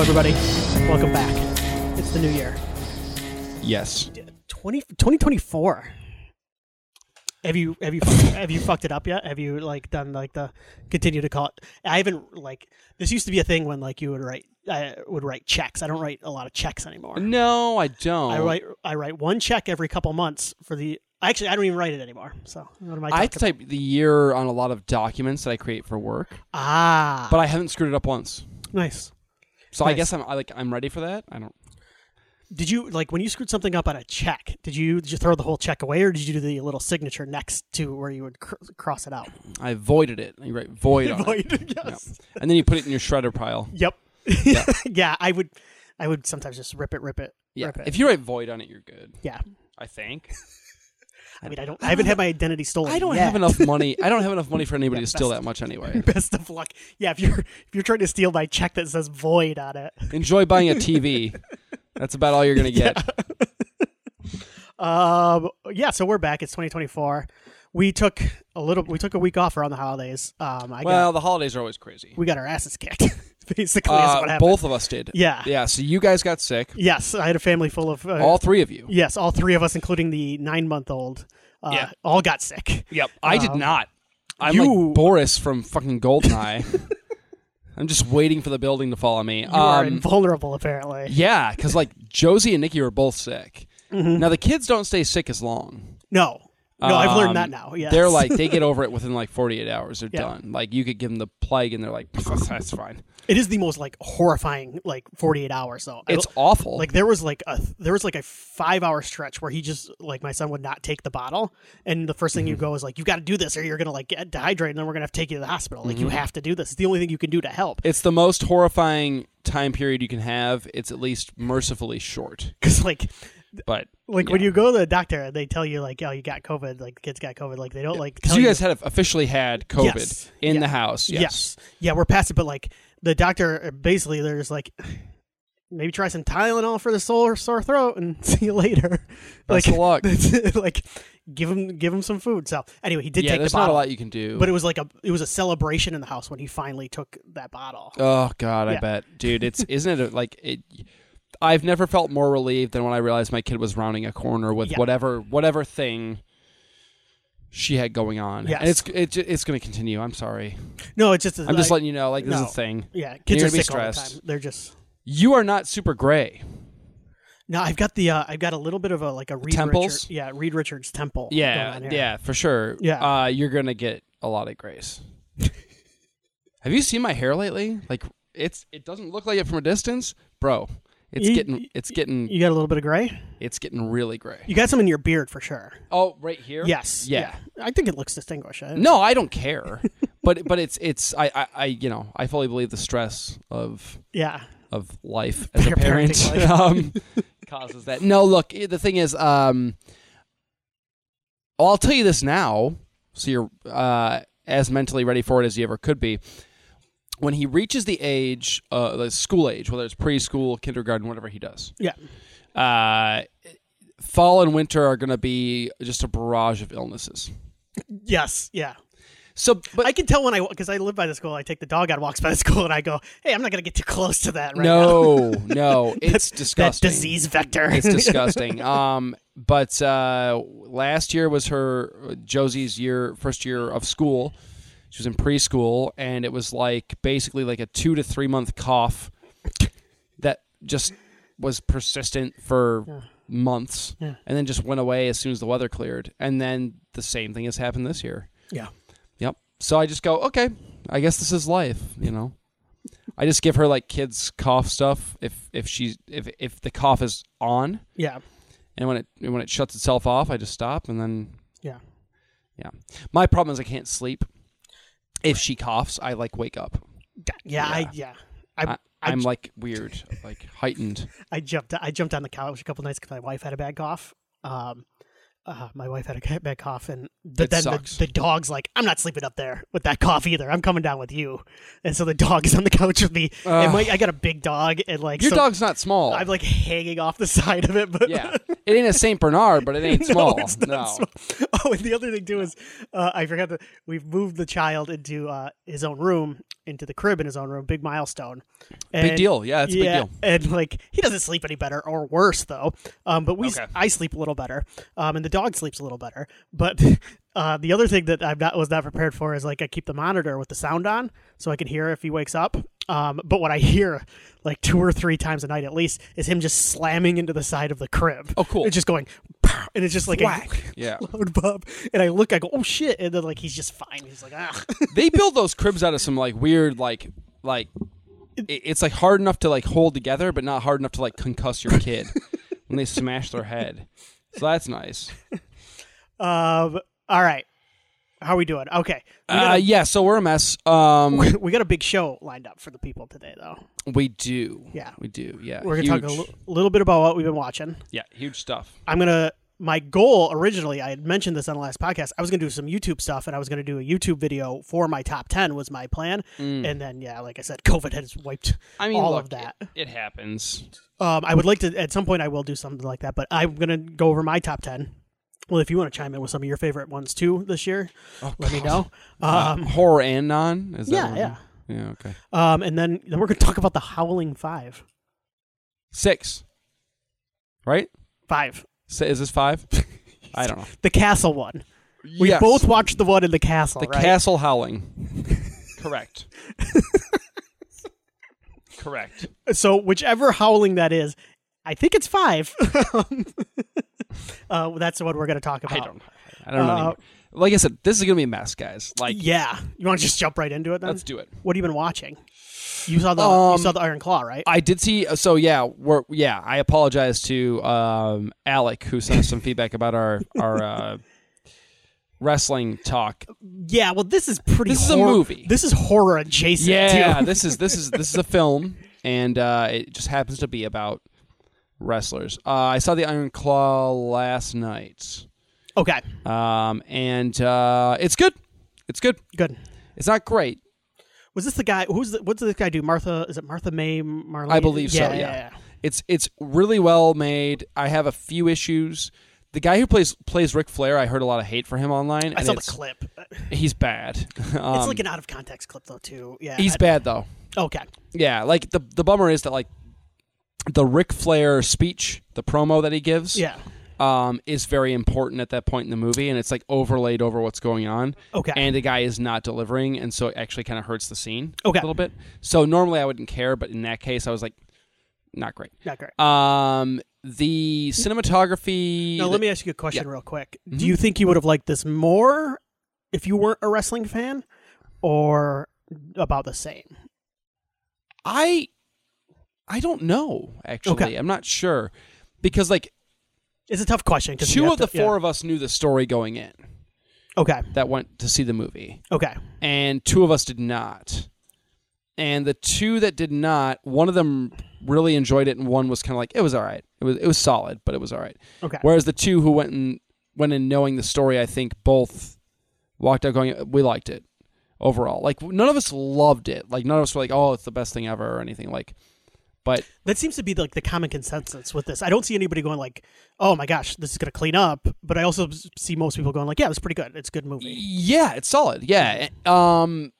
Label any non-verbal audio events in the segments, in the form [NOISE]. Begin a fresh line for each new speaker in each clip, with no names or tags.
everybody. Welcome back. It's the new year.
Yes.
20, 2024. Have you have you fucked- have you fucked it up yet? Have you like done like the continue to call it? I haven't like this used to be a thing when like you would write I would write checks. I don't write a lot of checks anymore.
No, I don't.
I write I write one check every couple months for the actually I don't even write it anymore. So what am I?
I
talking
have to type the year on a lot of documents that I create for work,
about? ah,
but I haven't screwed it up once.
nice.
So I
Nice.
guess I'm I, like I'm ready for that. I don't.
Did you like when you screwed something up on a check? Did you did you throw the whole check away, or did you do the little signature next to where you would cr- cross it out?
I voided it. You write void on
[LAUGHS]
it,
Void, yes.
and then you put it in your shredder pile.
Yep. [LAUGHS] Yeah. I would. I would sometimes just rip it, rip it,
Yeah.
rip it.
If you write void on it, you're good.
yeah.
I think.
I mean, I don't. I haven't had my identity stolen.
[LAUGHS] I don't
yet. [LAUGHS]
have enough money. I don't have enough money for anybody
Yeah,
to steal
best.
that
[LAUGHS]
much anyway.
Best of luck. Yeah. If you're if you're trying to steal my check that says void on it.
Enjoy buying a TV. That's about all
[LAUGHS]
you're gonna get.
Um. Yeah. So we're back. It's 2024. We took a little. We took a week off around the holidays. Um. I
Well,
got,
the holidays are always crazy.
we got our asses kicked. [LAUGHS] Basically, is what
Uh,
happened.
both of us did.
Yeah.
Yeah. So you guys got sick.
Yes, I had a family full of uh,
All three of you.
Yes, all three of us, including the nine-month-old, uh,
Yeah.
all got sick.
Yep. I did not. I'm
you- [LAUGHS]
like Boris from fucking Goldeneye. I'm just waiting for the building to follow me.
You are
Um,
invulnerable, apparently.
yeah, because like Josie and Nikki were both sick. Now the kids don't stay sick as long.
No, Mm-hmm. no, I've
Um,
learned that now. Yes.
They're like
[LAUGHS]
they get over it within like 48 hours. They're
Yeah.
done. Like you could give them the plague and they're like that's fine.
it is the most like horrifying like forty-eight hours though. I
It's
will-
awful.
like there was like a there was like a five-hour stretch where he just like my son would not take the bottle, and the first thing
Mm-hmm.
you go is like you got to do this or you're gonna like get dehydrated, and then we're gonna have to take you to the hospital. Like you
Mm-hmm.
have to do this. It's the only thing you can do to help.
it's the most horrifying time period you can have. It's at least mercifully short.
Because like
But
like
yeah.
when you go to the doctor and they tell you like oh you got covid like the kids got covid like they don't like
So
tell
you guys had officially had COVID
Yes.
in
Yeah.
the house. Yes.
yeah we're past it but like the doctor uh, basically they're just like [SIGHS] maybe try some tylenol for the sore sore throat and [LAUGHS] see you later [LAUGHS] like
Best of luck.
that's it. like give him give him some food so anyway he did
yeah,
take the
there's not a
bottle
lot you can do.
but it was like a it was a celebration in the house when he finally took that bottle
Oh God, I
Yeah.
bet,
[LAUGHS]
dude. It's isn't it like it? I've never felt more relieved than when I realized my kid was rounding a corner with
Yeah.
whatever whatever thing she had going on.
Yes.
and it's it, ju- it's going to continue. I'm sorry.
no it's just
I'm
like
just letting you know, like this
no.
is a thing.
yeah
You're
kids
gonna
are
be
sick all the
stressed.
time they're just
You are not super gray.
no, I've got the uh, I've got a little bit of a like a Reed
temples?
Richards, yeah, Reed Richards temple.
Yeah,
going on here.
yeah, for sure.
Yeah.
uh, you're gonna get a lot of grace.
[LAUGHS]
Have you seen my hair lately? Like it's it doesn't look like it from a distance, bro. It's
You-
getting it's getting
You got a little bit of gray.
it's getting really gray.
You got some in your beard for sure.
Oh, right here.
Yes.
yeah.
I think it looks distinguished. I-
No, I don't care. [LAUGHS] but but it's it's I, I I you know I fully believe the stress of
Yeah.
of life as a
Your
parent
parenting life. [LAUGHS]
[LAUGHS] um, causes that. No, look, i- the thing is, um, I'll tell you this now, so you're uh, as mentally ready for it as you ever could be. When he reaches the age, uh, the school age, whether it's preschool, kindergarten, whatever he does,
Yeah.
uh, fall and winter are going to be just a barrage of illnesses.
Yes. Yeah.
So, but
I can tell when I because I live by the school. I take the dog on walks by the [LAUGHS] school, and I go, "Hey, I'm not gonna get too close to that right now."
[LAUGHS] no,
[LAUGHS]
no, it's
That
disgusting.
disease vector. [LAUGHS]
It's disgusting. um, but uh, last year was her uh, Josie's year, first year of school. She was in preschool, and it was like basically like a two to three month cough that just was persistent for months,
Yeah.
and then just went away as soon as the weather cleared. And then the same thing has happened this year.
yeah.
Yep. So I just go, okay, I guess this is life, you know. I just give her like kids cough stuff if if she's if if the cough is on
Yeah.
and when it when it shuts itself off, I just stop and then
Yeah.
yeah. My problem is I can't sleep. If she coughs, I like wake up.
Yeah. I yeah. I,
I,
I,
I'm like weird, like
[LAUGHS]
heightened.
I jumped I jumped on the couch a couple nights because my wife had a bad cough. Um, uh, my wife had a bad cough, and the,
It
then the,
sucks.
the dog's like, "I'm not sleeping up there with that cough either. I'm coming down with you." And so the dog is on the [LAUGHS] couch with me. and my, I got a big dog, and like
Your
so
dog's not small.
I'm like hanging off the [LAUGHS] side of it. But
yeah, it ain't a Saint
[LAUGHS]
Bernard, but it ain't small.
it's not
no,
[LAUGHS] small. Oh, and the other thing too is uh, I forgot that we've moved the child into uh, his own room, into the crib in his own room. Big milestone.
big
And-
deal. Yeah, it's a big deal.
And like he doesn't sleep any better or worse though. Um, but we
Okay.
I sleep a little better. Um, and the dog sleeps a little better. But [LAUGHS] uh, the other thing that I'm not was not prepared for is like I keep the monitor with the sound on so I can hear if he wakes up. Um, but what I hear like two or three times a night at least is him just slamming into the side of the crib.
Oh, cool.
It's just going "Pow," and it's just like a
Yeah.
loud bump. And I look, I go, oh shit, and then like he's just fine. He's like, ah,
they build those cribs out of some like weird like like it- it's like hard enough to like hold together but not hard enough to like concuss your
[LAUGHS]
kid when they smash their head so that's nice
[LAUGHS] um, all right, how are we doing? Okay, we
uh, yeah so we're a mess um
[LAUGHS] we got a [COUGHS] big show lined up for the people today, though.
we do
Yeah.
we do yeah
We're gonna
huge,
talk a l- little bit about what we've been watching.
yeah huge stuff
I'm gonna. My goal originally, I had mentioned this on the last podcast. I was gonna do some YouTube stuff, and I was gonna do a YouTube video for my top ten was my plan. And then, yeah, like I said, [LAUGHS] COVID has wiped
Mm. i mean
all
look,
of that.
it, it happens
Um, I would like to at some point I will do something like that, but I'm gonna go over my top ten. Well, if you want to chime in with some of your favorite ones too this year, let me know.
Uh-huh.
Um,
Oh, Uh, horror and non is that
yeah,
what it
yeah.
is? yeah okay
um, and then then we're gonna talk about the Howling Five.
six right
Five.
so is this five [LAUGHS] i don't know
The Castle one. We
Yes.
both watched the one in the castle,
The
right?
castle howling. Correct. Correct.
so whichever howling that is, I think it's
[LAUGHS]
five. uh, that's what we're going to talk
I
about.
don't. I don't know.
Uh,
anymore. Like I said, this is gonna be a mess, guys. Like,
Yeah, you want to just jump right into it then?
let's do it.
What have you been watching? You saw the
Um,
you saw the Iron Claw, right?
I did see. uh, So yeah, we're yeah. I apologize to um, Alec who sent us some feedback about our our uh, wrestling
[LAUGHS]
talk.
yeah. Well, this is pretty.
This is a
hor-
movie.
This is horror adjacent.
Yeah,
too. [LAUGHS]
this is this is this is a film, and uh, it just happens to be about wrestlers. Uh, I saw the Iron Claw last night.
okay.
Um, and uh, it's good. It's good.
Good.
It's not great.
Was this the guy? Who's the, what's this guy do? Martha? Is it Martha May Marlene?
I believe so. Yeah.
yeah.
It's it's really well made. I have a few issues. The guy who plays plays Ric Flair, I heard a lot of hate for him online.
I
and
saw the
it's-
clip. It's
He's bad. [LAUGHS] Um,
like an out of context clip though too. Yeah.
he's
I-
bad though.
okay.
Yeah, like the the bummer is that like the Ric Flair speech, the promo that he gives,
Yeah.
um, is very important at that point in the movie, and it's like overlaid over what's going on.
Okay.
and the guy is not delivering, and so it actually kind of hurts the scene
Okay.
a little bit. So normally I wouldn't care, but in that case, I was like, not great.
Not great.
Um, the cinematography.
Now, let me ask you a question real quick.
Mm-hmm.
Do you think you would have liked this more if you weren't a wrestling fan, or about the same?
I, I don't know. Actually,
Okay.
I'm not sure because like
It's a tough question. 'cause you
two
have
of the
to- yeah.
four of us knew the story going in
Okay.
that went to see the movie.
Okay.
and two of us did not. And the two that did not, one of them really enjoyed it, and one was kind of like it was all right. It was it was solid, but it was all right.
Okay.
Whereas the two who went and went in knowing the story, I think both walked out going, "We liked it overall." Like none of us loved it. Like none of us were like, "Oh, it's the best thing ever" or anything like. But
That seems to be like the common consensus with this. I don't see anybody going like, "Oh my gosh, this is going to clean up," but I also s- see most people going like, "Yeah, it was pretty good. It's a good movie."
Yeah, it's solid. Yeah. Um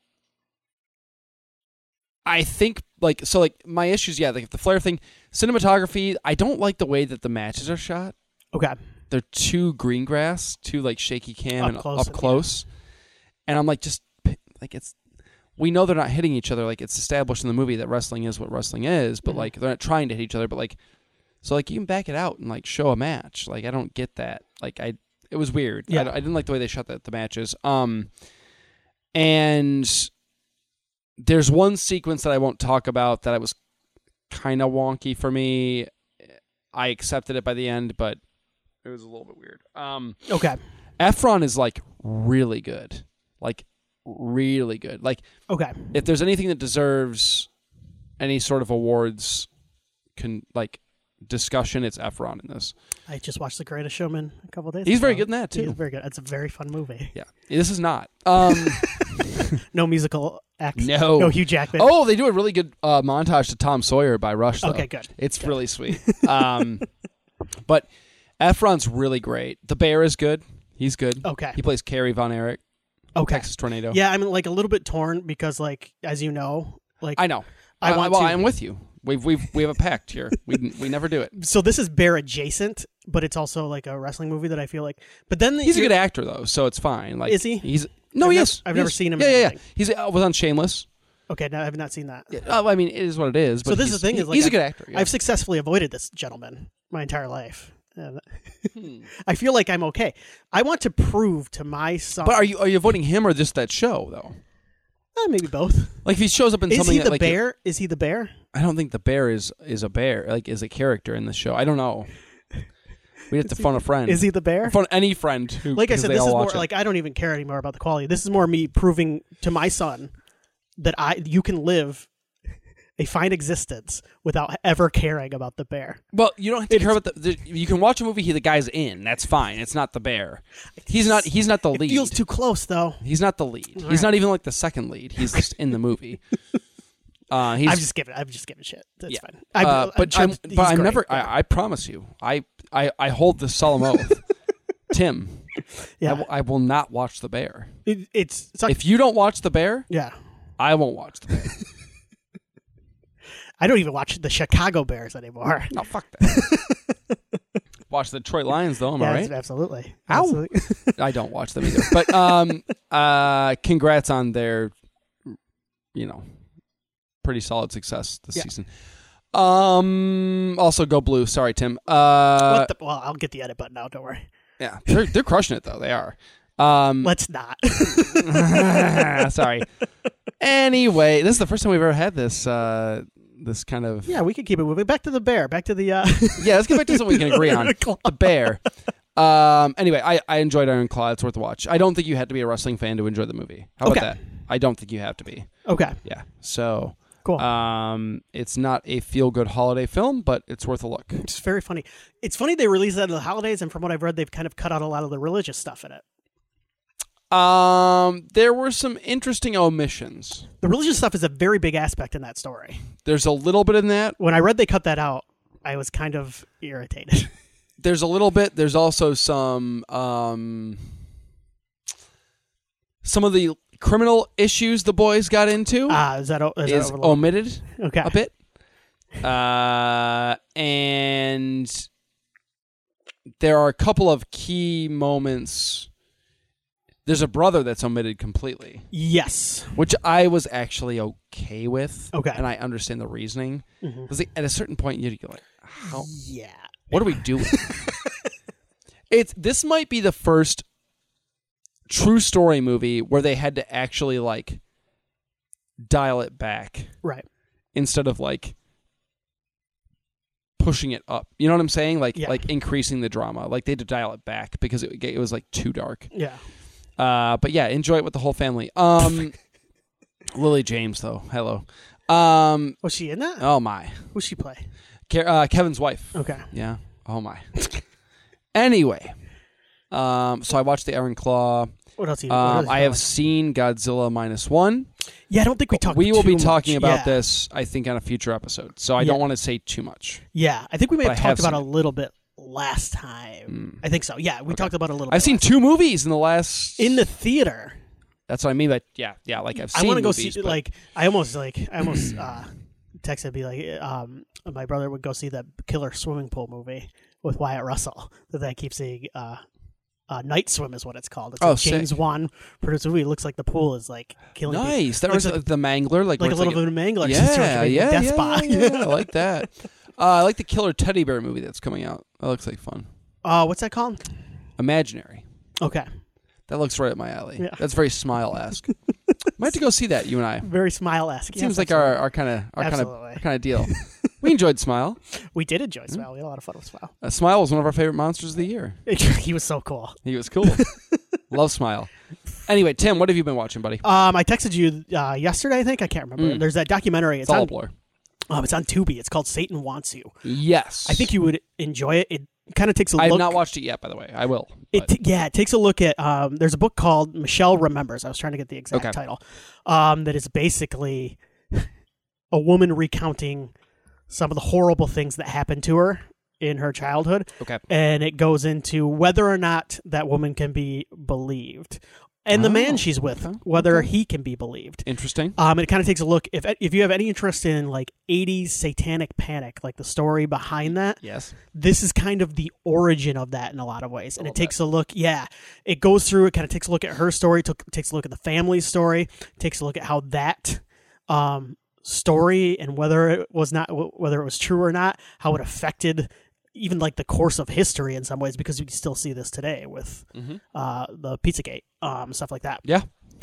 I think like so like my issues, yeah, like the flare thing, cinematography, I don't like the way that the matches are shot.
Okay.
They're too green grass, too like shaky cam
Up
and
close,
up close. And I'm like just p- like it's we know they're not hitting each other. Like it's established in the movie that wrestling is what wrestling is, but
Mhm.
like they're not trying to hit each other, but like so like you can back it out and like show a match. Like I don't get that. Like I it was weird.
Yeah.
I, I didn't like the way they shot the, the matches. Um and there's one sequence that I won't talk about that I was kind of wonky for me. I accepted it by the end, but it was a little bit weird. Um
Okay.
Efron is like really good. Like really good. Like
Okay.
if there's anything that deserves any sort of awards can like discussion, it's Efron in this.
I just watched The Greatest Showman a couple days.
He's very
ago.
good in that
He's
too.
very good. It's a very fun movie.
Yeah. This is not.
[LAUGHS]
Um
No musical act.
No.
No Hugh Jackman.
Oh, they do a really good uh, montage to Tom Sawyer by Rush. Though.
Okay, good.
It's really sweet.
[LAUGHS]
Um, but Efron's really great. The Bear is good. He's good.
Okay.
He plays Carrie Von Erich.
Okay.
Texas tornado.
Oh, Yeah, I'm like a little bit torn because, like, as you know, like
I know.
I
Uh,
want
well,
to-
I'm with you. We've we've we have a pact here. We we never
[LAUGHS]
do it.
so this is bear adjacent, but it's also like a wrestling movie that I feel like. But then
He's a
you're-
good actor though, so it's fine. Like
Is he?
He's no,
I've
he
nev-
is.
I've
He
never
is.
seen him in
Yeah, yeah, yeah.
anything.
He's uh, was on Shameless.
Okay, no, I've not seen that.
Yeah, uh, I mean, it is what it is. But
So this
he's-
is the thing
he-
is, like,
he's a
I've-
good actor. yeah.
I've successfully avoided this gentleman my entire life. And
Hmm.
[LAUGHS] I feel like I'm okay. I want to prove to my son.
But are you are you voting him or just that show though?
Eh, [LAUGHS] maybe both?
Like if he shows up in
Is
something
he
that,
the
like,
bear? Is he the bear?
I don't think the bear is is a bear. Like is a character in the show. I don't know. We have to phone a friend.
Is he the bear?
phone any friend? Who,
Like I
because
said,
they
this
all
is more
watch it.
like I don't even care anymore about the quality. This is more me proving to my son that I you can live a fine existence without ever caring about the bear.
Well, you don't have to care about the, the. You can watch a movie. He, the guy's in. That's fine. It's not the bear. He's not. He's not the
It
lead.
feels too close though.
he's not the lead. He's not even like the second lead. He's just in
[LAUGHS]
the movie. Uh, he's.
I'm just giving I'm just giving shit. That's
Yeah.
fine.
uh,
I'm,
but
sure
I'm,
he's
but I'm
great.
never. I, I promise you. I I I hold this solemn oath,
[LAUGHS]
Tim. I
Yeah.
will- I will not watch the bear.
It- it's, it's not-
If you don't watch the bear,
yeah.
I won't watch
[LAUGHS]
the bear.
I don't even watch the Chicago Bears anymore.
No, Oh, fuck that.
[LAUGHS]
watch the Detroit Lions though. Am
yeah,
I right?
absolutely.
Ow.
Absolutely. [LAUGHS]
I don't watch them either. But um, uh, congrats on their, you know, pretty solid success this
Yeah.
season. Um, also go blue. Sorry, Tim. Uh,
what the, well, I'll get the edit button out. Don't worry.
yeah, they're they're crushing it though. They are. Um,
Let's not.
[LAUGHS]
[LAUGHS]
sorry. Anyway, this is the first time we've ever had this. Uh, this kind of
yeah, we can keep it moving. Back to the bear. Back to the. Uh,
[LAUGHS] yeah. Let's get back to something we can agree
[LAUGHS]
on. The bear. Um. Anyway, I, I enjoyed Iron Claw. It's worth a watch. I don't think you had to be a wrestling fan to enjoy the movie. How
Okay.
about that? I don't think you have to be.
okay.
Yeah. So,
Cool.
um, it's not a feel good holiday film, but it's worth a look.
It's very funny. It's funny they released that in the holidays, and from what I've read, they've kind of cut out a lot of the religious stuff in it.
Um, there were some interesting omissions.
The religious stuff is a very big aspect in that story.
There's a little bit in that.
When I read they cut that out, I was kind of irritated.
There's a little bit. There's also some um, some of the criminal issues the boys got into
Ah, is that, o- is
is
that overlooked?
omitted
okay?
a bit. Uh, and there are a couple of key moments. There's a brother that's omitted completely.
Yes.
which I was actually okay with.
Okay.
and I understand the reasoning.
Mhm.
'Cause, like, at a certain point, you're like, "How?
Yeah.
What are we doing?" it's this might be the first true story movie where they had to actually like dial it back
Right.
instead of like pushing it up. You know what I'm saying? Like
Yeah.
like increasing the drama. Like they had to dial it back because it it was like too dark.
Yeah.
Uh, but yeah, enjoy it with the whole family.
[LAUGHS]
Um, Lily James, though, hello. Um,
Was she in that?
oh my,
Who's she play?
Ke- uh, Kevin's wife.
Okay.
Yeah.
[LAUGHS]
Oh my. anyway, um, so I watched the Iron Claw.
What else? Are you, what else
Um,
you
I have
watching?
seen Godzilla minus one.
Yeah, I don't think we talked.
We will be
too
talking
much.
about
Yeah.
this, I think, on a future episode. So I
Yeah.
don't want to say too much.
Yeah, I think we may
But
have
I have
talked about
seen Hmm.
a little bit last time. I think so. Yeah, we talked about it a little.
I've
bit
seen
last-
two movies in the last.
in the theater.
that's what I mean. But yeah, yeah. Like I've seen.
I want to go
movies,
see.
but-
Like I almost like I almost uh, texted be like, um, my brother would go see that killer swimming pool movie with Wyatt Russell that I keep seeing. Uh, uh, Night Swim is what it's called. It's
Oh,
a James Wan produced movie. It looks like the pool is like killing people.
Nice. That
Like
was
a-
like, the Mangler.
like
Like where
a
it's
little bit of mangler.
yeah, yeah,
death
yeah,
spot.
yeah, yeah, I like that. Uh, I like the killer teddy bear movie that's coming out. That looks like fun.
Uh, what's that called?
Imaginary.
Okay,
That looks right up my alley.
Yeah.
That's very
[LAUGHS]
smile esque. Might have to go see that. You and I.
very smile esque.
Seems like our our kind of our kind of
Absolutely.
our kind
[LAUGHS]
of deal. we enjoyed Smile.
we did enjoy
Hmm?
Smile. We had a lot of fun with Smile. [LAUGHS]
Uh, Smile was one of our favorite monsters of the year.
he was so cool.
He
[LAUGHS]
was cool. Love Smile. Anyway, Tim, what have you been watching, buddy?
Um, I texted you uh, yesterday. I think I can't remember. There's that documentary. It's
Hmm. It's all a
on,
blur.
um, it's on Tubi. It's called Satan Wants You.
Yes,
I think you would enjoy it. It kind of takes a
I have
look.
not watched it yet. By the way, I will.
it,
but-
t- yeah, it takes a look at. Um, there's a book called Michelle Remembers. I was trying to get the exact
Okay.
title. Um, that is basically [LAUGHS] a woman recounting some of the horrible things that happened to her in her childhood.
okay.
and it goes into whether or not that woman can be believed and the
Oh,
man she's with,
okay,
whether
okay.
he can be believed.
Interesting.
Um, it kind of takes a look if if you have any interest in like '80s satanic panic, like the story behind that.
Yes.
This is kind of the origin of that in a lot of ways, and
A
it
little
takes a look. Yeah, it goes through. It kind of takes a look at her story, took, takes a look at the family's story, takes a look at how that um, story and whether it was not whether it was true or not, how it affected even like the course of history in some ways, because we can still see this today with
Mhm.
uh, the Pizzagate um, stuff like that
Yeah.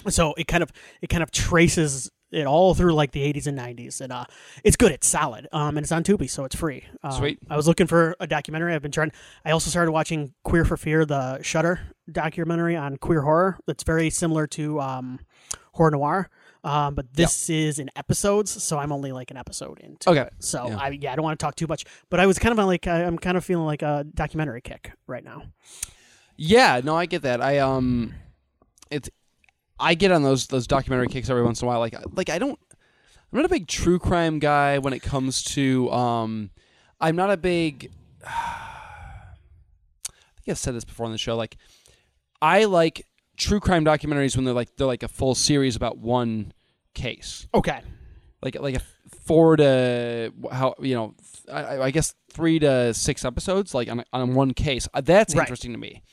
so it kind of it kind of traces it all through like the 80s and 90s and uh it's good it's solid um and it's on Tubi so it's free um,
Sweet.
I was looking for a documentary I've been trying I also started watching Queer for Fear the Shutter documentary on queer horror that's very similar to um horror noir um but this is in episodes so I'm only like an episode into
Okay.
it. so
Yeah.
I yeah I don't want to talk too much but I was kind of on, like I, I'm kind of feeling like a documentary kick right now
Yeah, no, I get that. I um, it's I get on those those documentary kicks every once in a while. Like like I don't, I'm not a big true crime guy when it comes to um, I'm not a big. [SIGHS] I think I've said this before on the show. Like I like true crime documentaries when they're like they're like a full series about one case
okay
like like a four to how you know th- I, I guess three to six episodes like on on one case Uh, that's
Right.
interesting to me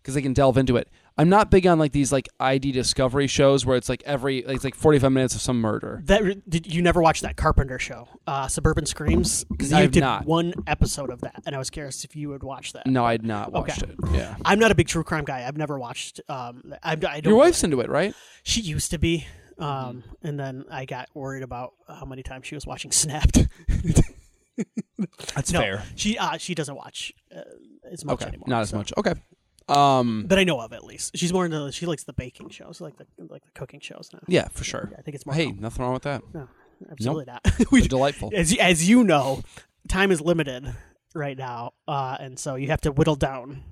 because they can delve into it. I'm not big on like these like ID discovery shows where it's like every like, it's like 45 minutes of some murder.
That did you never watch that Carpenter show, uh, Suburban Screams? Because
I
you
have
did
not.
one episode of that, and I was curious if you would watch that.
No, I'd not watched
Okay.
it. Yeah,
I'm not a big true crime guy. I've never watched. Um, I, I don't.
your wife's into it, right?
She used to be, um, and then I got worried about how many times she was watching [LAUGHS] Snapped.
That's
no, she uh, she doesn't watch uh, as much
Okay,
anymore.
not as
so-
much. Okay. Um.
that I know of at least. She's more into. She likes the baking shows, like the like the cooking shows now.
Yeah, for sure.
I think it's more.
Hey, nothing wrong
[LAUGHS]
with that.
no, absolutely not. [LAUGHS]
They're
we
delightful.
as you, as you know, time is limited right now, uh, and so you have to whittle down.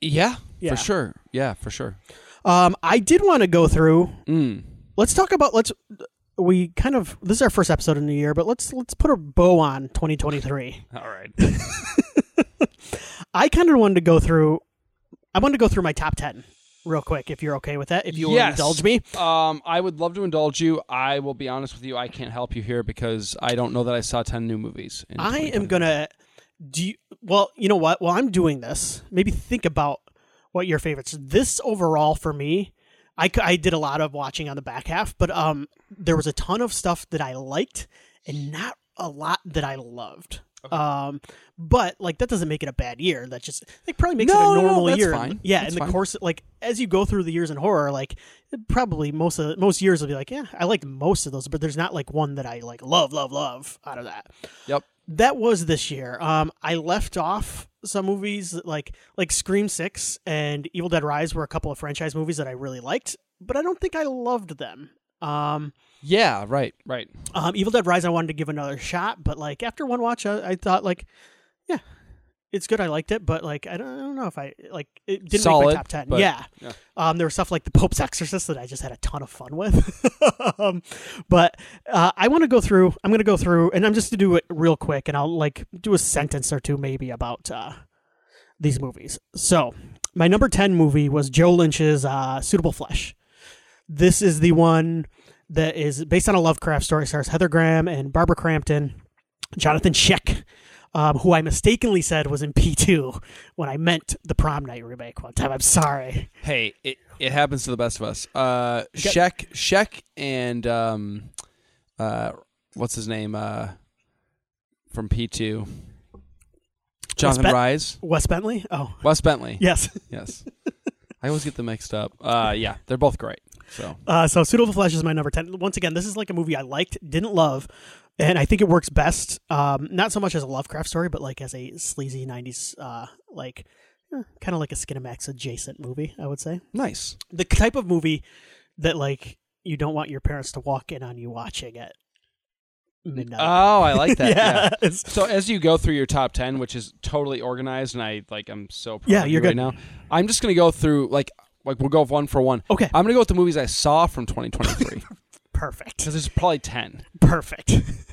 Yeah,
Yeah.
for sure. Yeah, for sure.
Um, I did want to go through.
Mm.
Let's talk about let's. We kind of this is our first episode in the year, but let's let's put a bow on 2023.
All right.
I kind of wanted to go through. I wanted to go through my top ten real quick, if you're okay with that. If you will
Yes.
indulge me,
Um, I would love to indulge you. I will be honest with you. I can't help you here because I don't know that I saw ten new movies. in
I am
2020.
gonna do. You, well, you know what? While I'm doing this, maybe think about what your favorites. This overall for me, I, c- I did a lot of watching on the back half, but um, there was a ton of stuff that I liked and not a lot that I loved. Um, but like that doesn't make it a bad year. That just like probably makes
No,
it
no,
a
no,
normal
that's
year.
fine.
Yeah,
That's
in the
fine.
course, like as you go through the years in horror, like probably most of most years will be like, yeah, I liked most of those, but there's not like one that I like love, love, love out of that
Yep.
that was this year. Um, I left off some movies that, like like Scream Six and Evil Dead Rise were a couple of franchise movies that I really liked, but I don't think I loved them. Um,
Yeah. Right. Right.
um, Evil Dead Rise I wanted to give another shot, but like after one watch, I, I thought like, yeah, it's good. I liked it, but like I don't, I don't know if I like it didn't make
Solid,
my top ten.
but-
yeah.
yeah.
Um, there was stuff like The Pope's Exorcist that I just had a ton of fun with. [LAUGHS] um, but uh, I want to go through. I'm going to go through, and I'm just to do it real quick, and I'll like do a sentence or two maybe about uh, these movies. So my number ten movie was Joe Lynch's uh, Suitable Flesh. This is the one that is based on a Lovecraft story. Stars Heather Graham and Barbara Crampton, Jonathan Sheck, um, who I mistakenly said was in P two when I meant the Prom Night remake one time. I'm sorry.
Hey, it, it happens to the best of us. Uh,
Got-
Sheck, Sheck, and um, uh, what's his name? Uh, from P two, Jonathan
Bet-
Rise,
Wes Bentley. Oh
Wes Bentley.
yes.
Yes. I always get them mixed up. Uh, yeah, they're both great. So
Uh, so Suitable Flesh is my number ten. Once again, this is like a movie I liked, didn't love. And I think it works best, um, not so much as a Lovecraft story, but like as a sleazy '90s, uh, like kind of like a Skinamax adjacent movie. I would say
nice.
the type of movie that like you don't want your parents to walk in on you watching at midnight.
Oh, I like
[LAUGHS]
that. yeah.
Yes.
So as you go through your top ten, which is totally organized, and I like, I'm so proud
Yeah,
of
you're
you right
good.
now. I'm just gonna go through like like we'll go one for one.
Okay. [LAUGHS]
I'm gonna go with the movies I saw from 2023
Perfect.
because there's probably ten.
Perfect.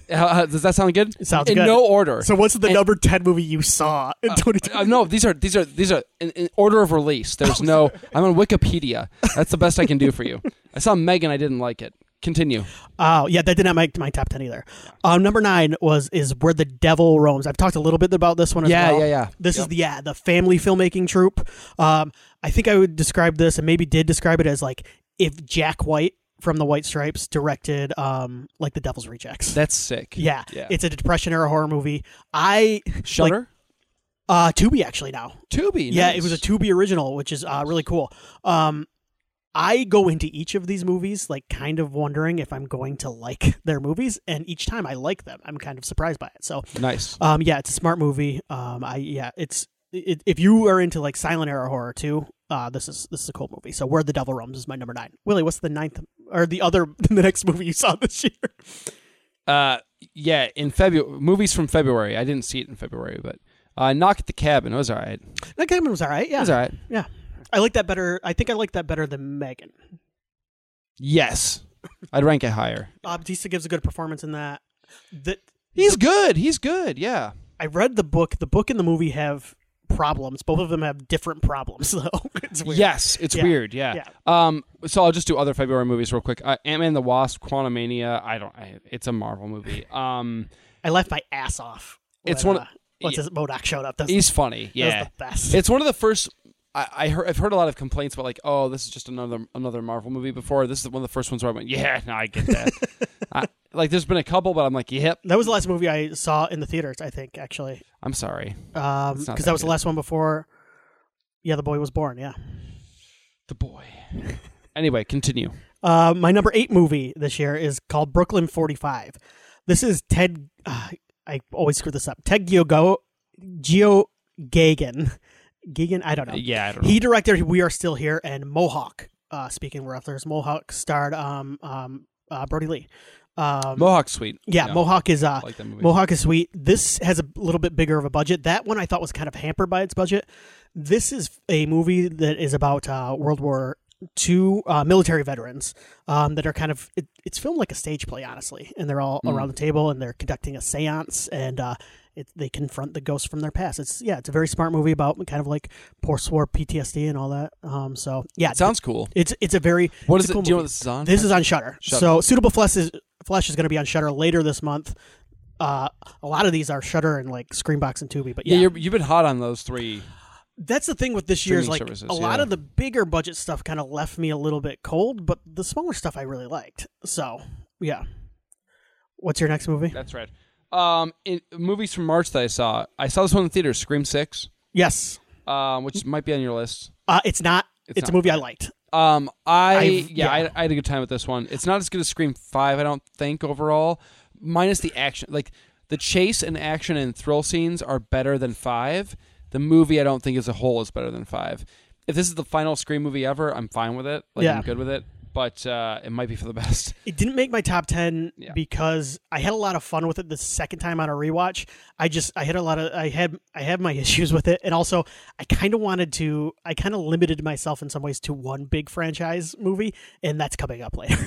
Uh, does that sound good?
It sounds
in
good.
no order.
So what's the
And-
number ten movie you saw in 2020?
Uh, no, these are these are these are in, in order of release.
[LAUGHS]
There's no. I'm on Wikipedia. That's the best I can do for you. I saw Megan. I didn't like it. Continue.
Oh yeah, that did not make my top ten either. Um, number nine was is where the devil roams. I've talked a little bit about this one as
Yeah,
well.
yeah, yeah.
This is the yeah the family filmmaking troupe. Um, I think I would describe this and maybe did describe it as like if Jack White from the White Stripes directed um like the Devil's Rejects.
That's sick.
yeah,
yeah.
it's a depression era horror movie. I
Shutter.
uh Tubi actually now.
Tubi.
Yeah,
nice.
it was a Tubi original, which is uh, really cool. Um, I go into each of these movies like kind of wondering if I'm going to like [LAUGHS] their movies, and each time I like them, I'm kind of surprised by it. So,
nice.
um, yeah, it's a smart movie. Um, I yeah, it's it, if you are into like silent era horror too, uh, this is this is a cool movie. So, Where the Devil Roams is my number nine. Willie, what's the ninth or the other [LAUGHS] the next movie you saw this year?
Uh, yeah. In February, movies from February. I didn't see it in February, but uh, Knock at the Cabin. It was all right. It
That game was all right. Yeah,
was all right.
yeah. I like that better. I think I like that better than Megan.
Yes, I'd rank it higher.
Uh, Batista gives a good performance in that. That
He's good. He's good. Yeah.
I read the book. The book and the movie have problems. Both of them have different problems, [LAUGHS] though. it's weird.
Yes, it's
Yeah.
weird. Yeah. Um. So I'll just do other February movies real quick. Uh, Ant Man the Wasp, Quantumania. I don't. I, it's a Marvel movie. Um.
I laughed my ass off.
It's
when,
one of-
uh, once his Modoc showed up. That was,
He's funny.
that was
Yeah.
the best.
It's one of the first. I, I heard, I've heard a lot of complaints about like, oh, this is just another another Marvel movie. Before this is one of the first ones where I went, yeah, no, I get that.
[LAUGHS]
I, like, there's been a couple, but I'm like, yep,
that was the last movie I saw in the theaters. I think actually,
I'm sorry.
because
not
that,
that
was the
good.
last one before. Yeah, the boy was born. Yeah.
The boy.
[LAUGHS]
anyway, continue.
Uh, my number eight movie this year is called Brooklyn Forty Five. This is Ted. Uh, I always screw this up. Ted Giogo, Geo Gagan, Gagan. I don't know.
Yeah, I don't know.
He directed We Are Still Here and Mohawk. Uh, speaking of wrestlers, Mohawk starred um, um, uh, Brody Lee. Um,
Mohawk Sweet.
yeah,
No,
Mohawk is uh,
I like that movie.
Mohawk is sweet. This has a little bit bigger of a budget. That one I thought was kind of hampered by its budget. This is a movie that is about uh, World War II uh, military veterans um, that are kind of it, it's filmed like a stage play, honestly, and they're
Hmm.
all around the table and they're conducting a séance and uh, it, they confront the ghosts from their past. It's yeah, it's a very smart movie about kind of like post-war PTSD and all that. Um, so yeah,
It sounds cool.
it's it's a very
What
it's
is
a
it?
cool
Do you know
movie.
what this is on?
This is on Shutter.
Shudder.
So Suitable Flesh is Flesh is going to be on Shutter later this month. Uh, a lot of these are Shutter and like Screenbox and Tubi, but
yeah,
yeah,
You're, you've been hot on those three.
that's the thing with this year's like
Streaming services,
a lot
yeah.
of the bigger budget stuff kind of left me a little bit cold, but the smaller stuff I really liked. So yeah, what's your next movie?
That's right. Um, in, movies from March that I saw. I saw this one in the theater, Scream Six,
Yes,
um, which might be on your list.
uh, it's not. It's,
It's
a
not.
movie I liked.
Um, I
I've-
yeah,
yeah.
I, I had a good time with this one. It's not as good as Scream Five, I don't think overall. Minus the action, like the chase and action and thrill scenes are better than Five. The movie, I don't think as a whole is better than Five. If this is the final Scream movie ever, I'm fine with it. Like
Yeah.
I'm good with it, but uh, it might be for the [LAUGHS] best.
It didn't make my top ten
Yeah.
because I had a lot of fun with it the second time on a rewatch. I just I had a lot of I had I had my [LAUGHS] issues with it, and also I kind of wanted to I kind of limited myself in some ways to one big franchise movie, and that's coming up later.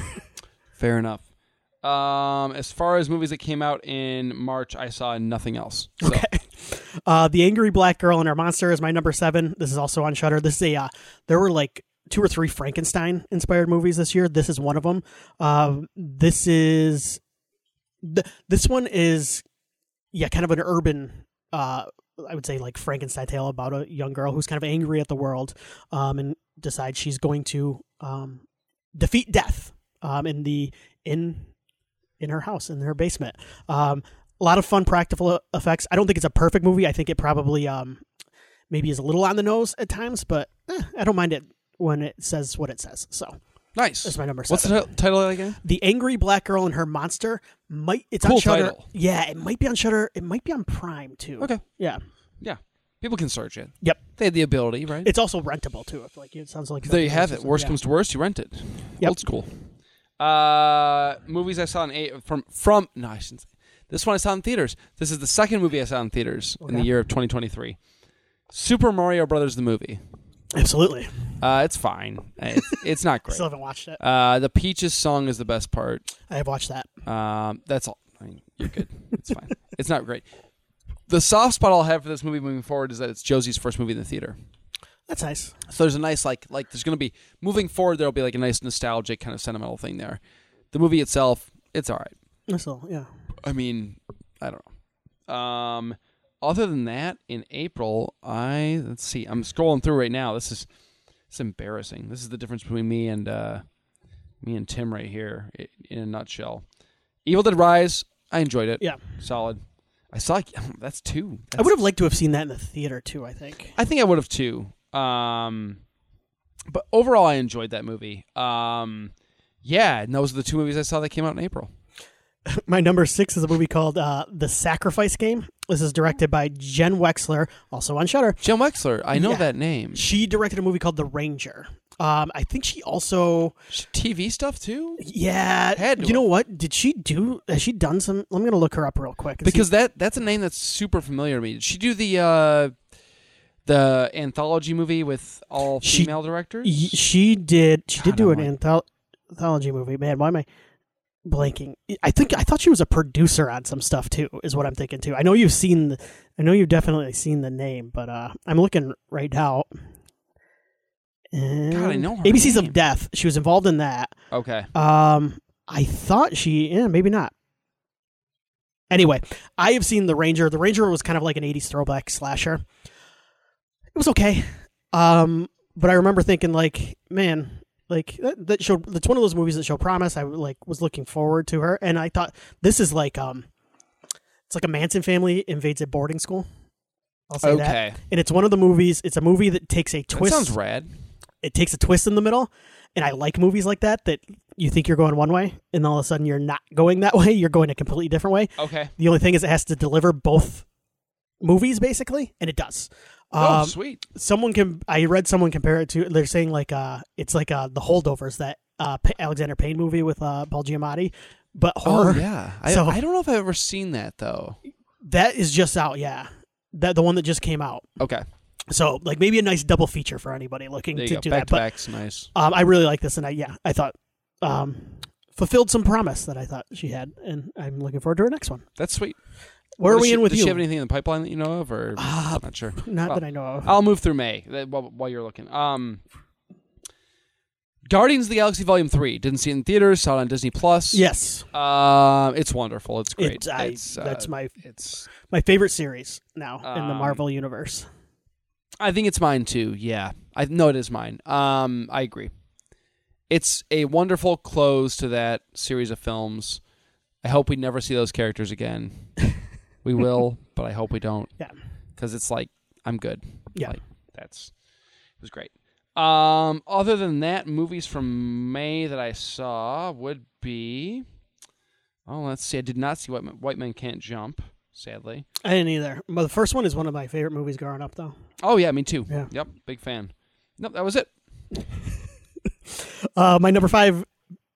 Fair enough. Um, as far as movies that came out in March, I saw nothing else. So, okay.
Uh, the Angry Black Girl and Her Monster is my number seven. This is also on Shutter. This is a uh, there were like two or three Frankenstein inspired movies this year. This is one of them. Uh, this is th- this one is yeah, kind of an urban. Uh, I would say like Frankenstein tale about a young girl who's kind of angry at the world, um, and decides she's going to um, defeat death um, in the in in her house in her basement. Um, a lot of fun practical effects. I don't think it's a perfect movie. I think it probably um, maybe is a little on the nose at times, but eh, I don't mind it when it says what it says. So
nice.
that's my number seven.
What's the t- title again?
the angry black girl and her monster might it's
Cool
on Shutter.
title.
Yeah, it might be on Shutter. It might be on Prime too.
Okay.
Yeah.
Yeah, people can search it.
Yep.
They had the ability, right?
It's also rentable too. If like it sounds like
There you have it. Worst
Yeah.
comes to worst, you rent it.
Yep.
Old school. Uh, movies I saw in eight from from no, I shouldn't say. This one I saw in theaters. This is the second movie I saw in theaters in the
Okay.
year of 2023. Super Mario Brothers the movie.
absolutely.
Uh, it's fine.
[LAUGHS]
It's, it's not great.
Still haven't watched it.
Uh, the Peaches song is the best part.
I have watched that.
Um, that's all. I mean, You're good. It's fine. It's not great. The soft spot I'll have for this movie moving forward is that it's Josie's first movie in the theater.
That's nice.
So there's a nice like like there's going to be moving forward there'll be like a nice nostalgic kind of sentimental thing there. The movie itself, it's all right.
That's all. Yeah.
I mean, I don't know. Um, other than that, in April, I let's see. I'm scrolling through right now. This is it's embarrassing. This is the difference between me and uh, me and Tim right here i- in a nutshell. Evil Dead Rise. I enjoyed it.
Yeah.
solid. I saw [LAUGHS] that's two.
I would have liked to have seen that in the theater too. I think.
I think I would have too. Um, but overall, I enjoyed that movie. Um, yeah, and those are the two movies I saw that came out in April.
My number six is a movie called uh, The Sacrifice Game. This is directed by Jen Wexler, also on Shutter.
Jim Wexler. I know
Yeah.
that name.
She directed a movie called The Ranger. Um, I think she also,
TV stuff too.
yeah.
Had to
you know
have.
what? Did she do? Has she done some? I'm gonna look her up real quick. and see-
because that that's a name that's super familiar to me. Did she do the uh, the anthology movie with all
She-
female directors?
Y- she did. She did
God,
do
I'm
an anthol- anthology movie. Man, why am I blanking? I think I thought she was a producer on some stuff too. Is what I'm thinking too. I know you've seen. The, I know you've definitely seen the name, but uh, I'm looking right now. And
know her
ABC's
name.
of Death. She was involved in that.
okay,
Um, I thought she, yeah, maybe not. Anyway, I have seen The Ranger. The Ranger was kind of like an '80s throwback slasher. It was okay, um, but I remember thinking, like, man, like that, that show. That's one of those movies that show promise. I like was looking forward to her, and I thought this is like, um, it's like a Manson family invades a boarding school. I'll say that,
okay,
and it's one of the movies. It's a movie that takes a
that
twist
sounds rad.
it takes a twist in the middle and i like movies like that that you think you're going one way and all of a sudden you're not going that [LAUGHS] way you're going a completely different way
Okay,
the only thing is it has to deliver both movies basically and it does
oh
um,
sweet,
someone can i read someone compare it to they're saying like uh it's like uh the holdovers that uh Pa- alexander payne movie with uh paul giamatti but horror
oh yeah. I,
so-
I don't know if I've ever seen that though.
that is just out yeah that the one that just came out
Okay,
so like maybe a nice double feature for anybody looking
there
to
you go.
do
Back
that
to
but
back's nice.
Um, I really like this, and I yeah, I thought um, fulfilled some promise that I thought she had, and I'm looking forward to her next one.
That's sweet.
Where
Does
are we
she-
in with
does
you?
she have Oh. anything in the pipeline that you know of, or
Ah,
not sure?
Not
Well,
that I know of.
I'll move through May that- while, while you're looking. Um, Guardians of the Galaxy Volume Three didn't see it in theaters. Saw it on Disney Plus.
yes,
Um, it's wonderful. It's great.
it's, I, that's
uh,
my
It's.
my favorite series now in the
Um,
Marvel universe.
I think it's mine too. Yeah, I know it is mine. Um, I agree. It's a wonderful close to that series of films. I hope we never see those
[LAUGHS]
characters again. we will, but I hope we don't.
Yeah.
because it's like I'm good.
Yeah.
like, that's it was great. Um, other than that, movies from May that I saw would be. Oh, let's see. I did not see White Men, White Men Can't Jump. Sadly.
I didn't either. Well, the first one is one of my favorite movies growing up, though.
Oh yeah, me too.
Yeah.
Yep, big fan. Nope, that was it.
Uh, my number five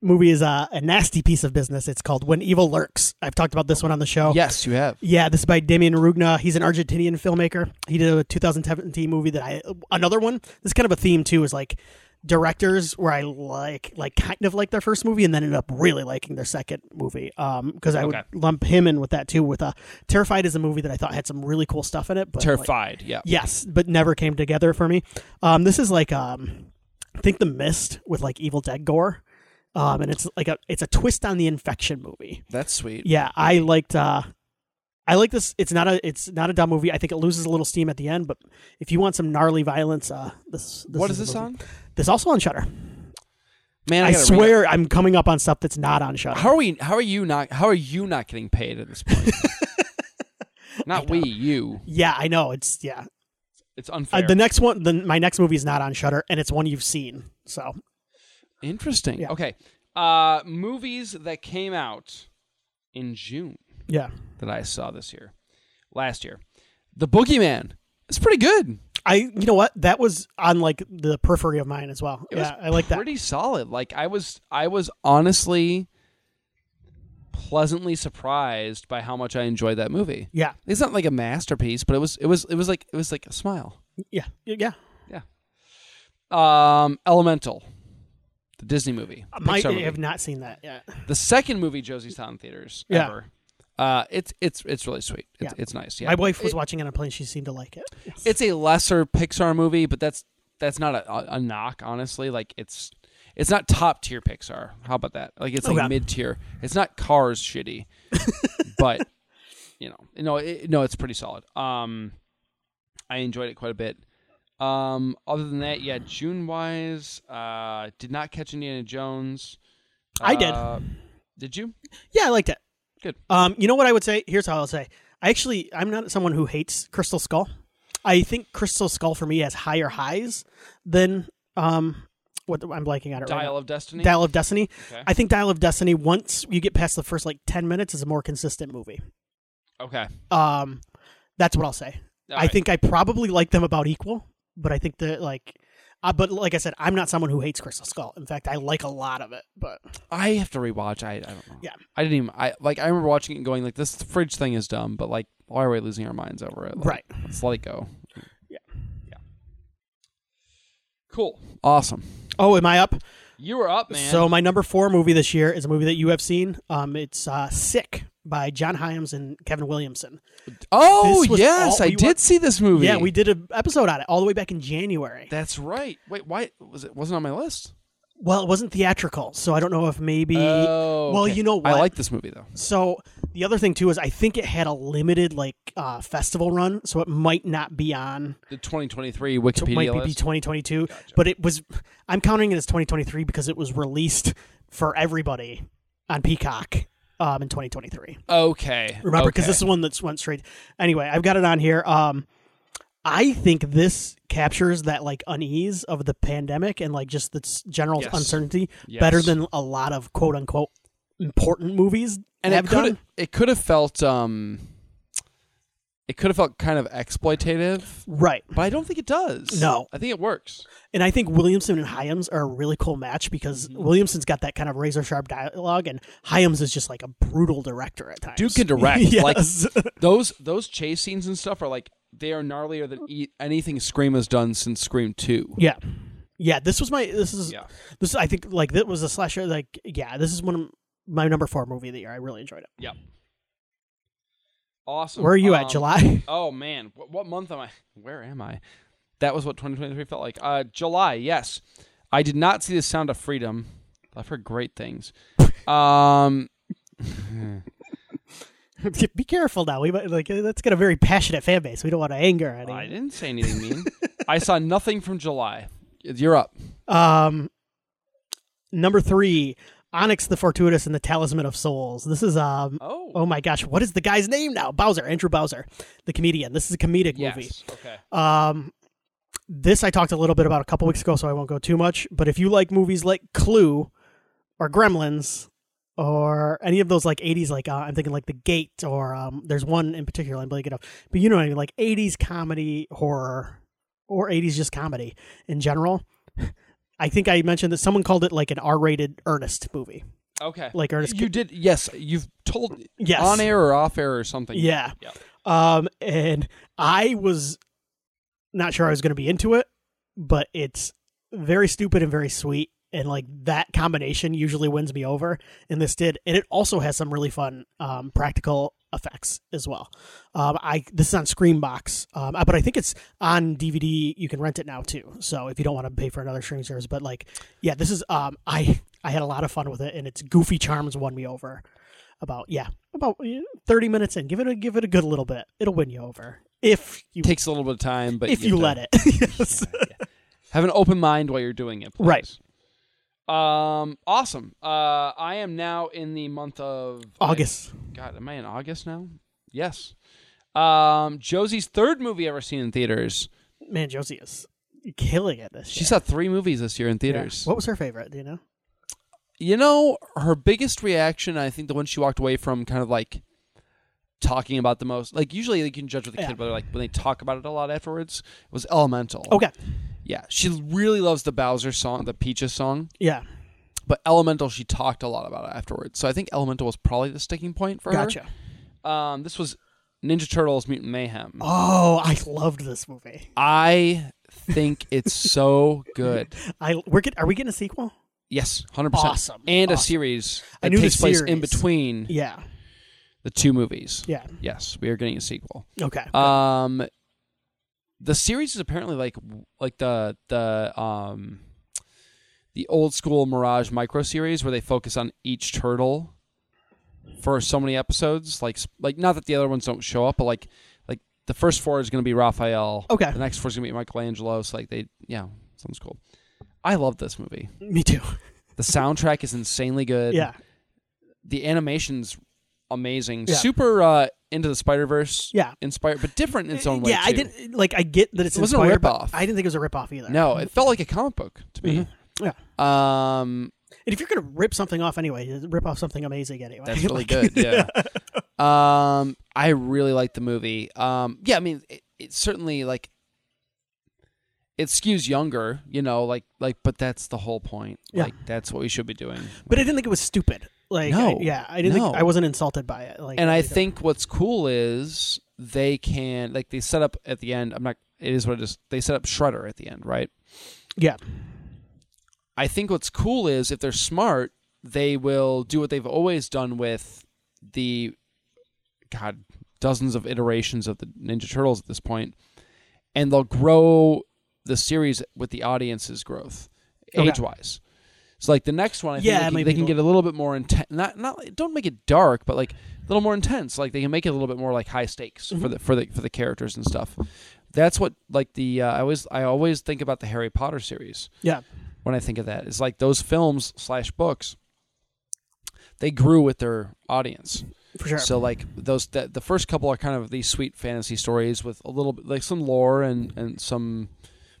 movie is uh, a nasty piece of business. It's called When Evil Lurks. I've talked about this one on the show.
Yes, you have.
Yeah, this is by Damien Rugna. He's an Argentinian filmmaker. He did a 2017 movie that I another one. This is kind of a theme too is like directors where I like like kind of like their first movie and then ended up really liking their second movie. Um because I
Okay.
would lump him in with that too with a Terrified is a movie that I thought had some really cool stuff in it, but like,
Terrified. yeah.
yes, but never came together for me. Um this is like um I think The Mist with like Evil Dead gore. Um and it's like a it's a twist on the infection movie.
That's sweet.
Yeah, I liked. uh I like this. It's not a. It's not a dumb movie. I think it loses a little steam at the end, but if you want some gnarly violence, uh, this. this
what is
the
this
movie.
on?
This also on Shutter.
Man, I,
I,
gotta read
swear, I'm coming up on stuff that's not on
it.
Shutter.
How are we? How are you not? How are you not getting paid at
[LAUGHS]
this point? not we. You.
yeah, I know. It's yeah.
It's
Uh,
unfair.
the next one, the, my next movie is not on Shutter, and it's one you've seen. So
Interesting.
Yeah.
Okay. Uh, movies that came out in June
yeah,
that I saw this year, last year, The Boogeyman. It's pretty good.
I. You know what? That was on like the periphery of mine as well.
It was
yeah, I like that.
Pretty solid. Like I was, I was honestly pleasantly surprised by how much I enjoyed that movie.
Yeah,
It's not like a masterpiece, but it was, it was, it was like, it was like a smile.
yeah, yeah.
Um, Elemental, the Disney movie,
Uh, My,
Pixar
I
movie.
have not seen that yet.
the second movie Josie's saw in theaters
Yeah.
ever. Uh, it's it's it's really sweet. It's,
Yeah.
it's nice. Yeah,
My wife was watching it on a plane. She seemed to like it.
it's a lesser Pixar movie, but that's that's not a, a, a knock, honestly. Like it's it's not top tier Pixar. How about that? Like it's
Okay.
like mid tier. It's not Cars
[LAUGHS]
shitty, but you know, no, it, no, it's pretty solid. Um, I enjoyed it quite a bit. Um, other than that, yeah, June wise, uh, did not catch Indiana Jones.
I did.
Uh, Did you?
Yeah, I liked it.
Good.
Um, you know what I would say? Here's how I'll say. I actually, I'm not someone who hates Crystal Skull. I think Crystal Skull for me has higher highs than um, what I'm blanking on it right
Dial
now.
of Destiny.
Dial of Destiny.
Okay.
I think Dial of Destiny. Once you get past the first like ten minutes, is a more consistent movie.
okay.
Um, that's what I'll say.
All
I
right.
think I probably like them about equal, but I think that like, uh, but like I said, I'm not someone who hates Crystal Skull. In fact, I like a lot of it. But
I have to rewatch. I, I don't know.
Yeah.
I didn't even. I like. I remember watching it and going like, "This fridge thing is dumb," but like, why are we losing our minds over it? Like,
Right.
Let's let it go.
Yeah.
Yeah. Cool. Awesome.
oh, am I up?
You were up, man.
So my number four movie this year is a movie that you have seen. Um, it's uh, Sick by John Hyams and Kevin Williamson.
oh
this was
yes,
all
I
we
did
want-
see this movie.
Yeah, we did an episode on it all the way back in January.
That's right. Wait, why was it wasn't on my list?
Well, it wasn't theatrical, so I don't know if maybe.
Oh,
well,
okay.
you know
I
what?
like this movie though.
So the other thing too is I think it had a limited like uh, festival run, so it might not be on.
The 2023
It
Wikipedia
might be
list.
2022, but it was. I'm counting it as 2023 because it was released for everybody on Peacock um, in 2023.
okay.
Remember, because
okay.
this is one that's went straight. Anyway, I've got it on here. Um, I think this captures that like unease of the pandemic and like just this general
Yes.
uncertainty
Yes.
better than a lot of quote unquote important movies
and
have
it could
done.
it could have felt um it could have felt kind of exploitative
Right.
but i don't think it does
No.
i think it works
And I think Williamson and Hyams are a really cool match because
Mm-hmm.
Williamson's got that kind of razor sharp dialogue, and Hyams is just like a brutal director at times. [LAUGHS]
dude can direct like
Yes.
those those chase scenes and stuff are like they are gnarlier than e- anything scream has done since scream 2
Yeah. Yeah, this was my this is
Yeah.
this I think like that was a slasher like yeah, this is one of my number 4 movie of the year. I really enjoyed it.
yep awesome
Where are you at
Um,
July? [LAUGHS]
oh man what, what month am i where am i that was what 2023 felt like uh july yes i did not see the sound of freedom i've heard great things um
Be careful now. We might like let's get a very passionate fan base. We don't want to anger
I
any.
didn't say
[LAUGHS]
anything mean. I saw nothing from July. You're up.
Um number 3, Onyx the Fortuitous and the Talisman of Souls. This is um
Oh.
Oh my gosh, what is the guy's name now? Bowser, Andrew Bowser, the comedian. This is a comedic
yes.
movie.
Okay.
Um, this I talked a little bit about a couple weeks ago, so I won't go too much. But if you like movies like Clue or Gremlins or any of those like 80s, like uh, I'm thinking like The Gate or um, there's one in particular I'm blanking up, but you know what I mean, like 80s comedy horror or 80s just comedy in general. I think I mentioned that someone called it like an R-rated Ernest movie,
Okay.
like Ernest.
you did. Yes. You've told
yes,
on air or off air or something.
Yeah.
Yeah.
Um, and I was not sure I was going to be into it, but it's very stupid and very sweet. And like that combination usually wins me over, and this did. And it also has some really fun um, practical effects as well. Um, I this is on Screambox, um, but I think it's on DVD. You can rent it now too. So if you don't want to pay for another streaming service, but like, yeah, this is. Um, I I had a lot of fun with it, and its goofy charms won me over about yeah about uh, 30 minutes in give it a give it a good little bit it'll win you over if you
It takes a little bit of time, but
if
you,
you let it [LAUGHS] yes.
have an open mind while you're doing it. please.
Right.
Um. Awesome. Uh. I am now in the month of
august
God, am I in August now? Yes. Um. Josie's third movie ever seen in theaters.
man josie is killing it this
She
year.
saw three movies this year in
Yeah.
theaters.
what was her favorite do you know
You know, her biggest reaction, I think the one she walked away from kind of like talking about the most, like usually you can judge with a
Yeah.
kid, but like when they talk about it a lot afterwards, was Elemental.
okay
Yeah. She really loves the Bowser song, the Peaches song,
yeah
but Elemental, she talked a lot about it afterwards. So I think Elemental was probably the sticking point for
gotcha
her. Um, this was Ninja Turtles Mutant Mayhem.
oh i loved this movie
I think it's
[LAUGHS]
so good.
i we're get, are we getting a sequel
Yes, 100%.
Awesome,
And a
awesome.
series
I
that
knew the
takes place in
series.
between
yeah
The two movies.
Yeah.
Yes, we are getting a sequel.
Okay.
Um, the series is apparently like like the the um the old school Mirage micro series where they focus on each turtle for so many episodes. Like like not that the other ones don't show up, but like like the first four is going to be Raphael.
Okay.
The next four is going to be Michelangelo. So like they yeah sounds cool. I love this movie.
Me too.
The soundtrack is insanely good.
Yeah.
The animation's amazing.
Yeah.
Super uh, into the Spider Verse.
Yeah.
Inspired, but different in its own way.
Uh, yeah, I
too.
didn't like. I get that it's
It wasn't a
inspired, but
ripoff.
I didn't think it was a ripoff either.
No, it felt like a comic book to me.
Yeah.
Um,
And if you're gonna rip something off anyway, rip off something amazing anyway. [LAUGHS]
that's really
Like,
good. Yeah. um, I really like the movie. Um, yeah, I mean, it, it certainly like it skews younger, you know, like like, but that's the whole point.
Yeah.
Like that's what we should be doing.
But I didn't think it was stupid. Like,
No.
I- yeah, I didn't.
No.
Think, I wasn't insulted by it. Like,
and I
either.
think what's cool is they can like they set up at the end. I'm not. It is what it is. They set up Shredder at the end, right?
yeah,
I think what's cool is if they're smart, they will do what they've always done with the God dozens of iterations of the Ninja Turtles at this point, and they'll grow the series with the audience's growth,
Okay.
age wise. So like the next one, I
Yeah,
think they can,
maybe
they can
they'll-
get a little bit more intense. Not not don't make it dark, but like a little more intense. Like they can make it a little bit more like high stakes for
Mm-hmm.
the for the for the characters and stuff. That's what like the uh, I always I always think about the Harry Potter series
yeah,
when I think of that. It's like those films slash books, they grew with their audience.
for sure.
So like those that the first couple are kind of these sweet fantasy stories with a little bit like some lore and and some,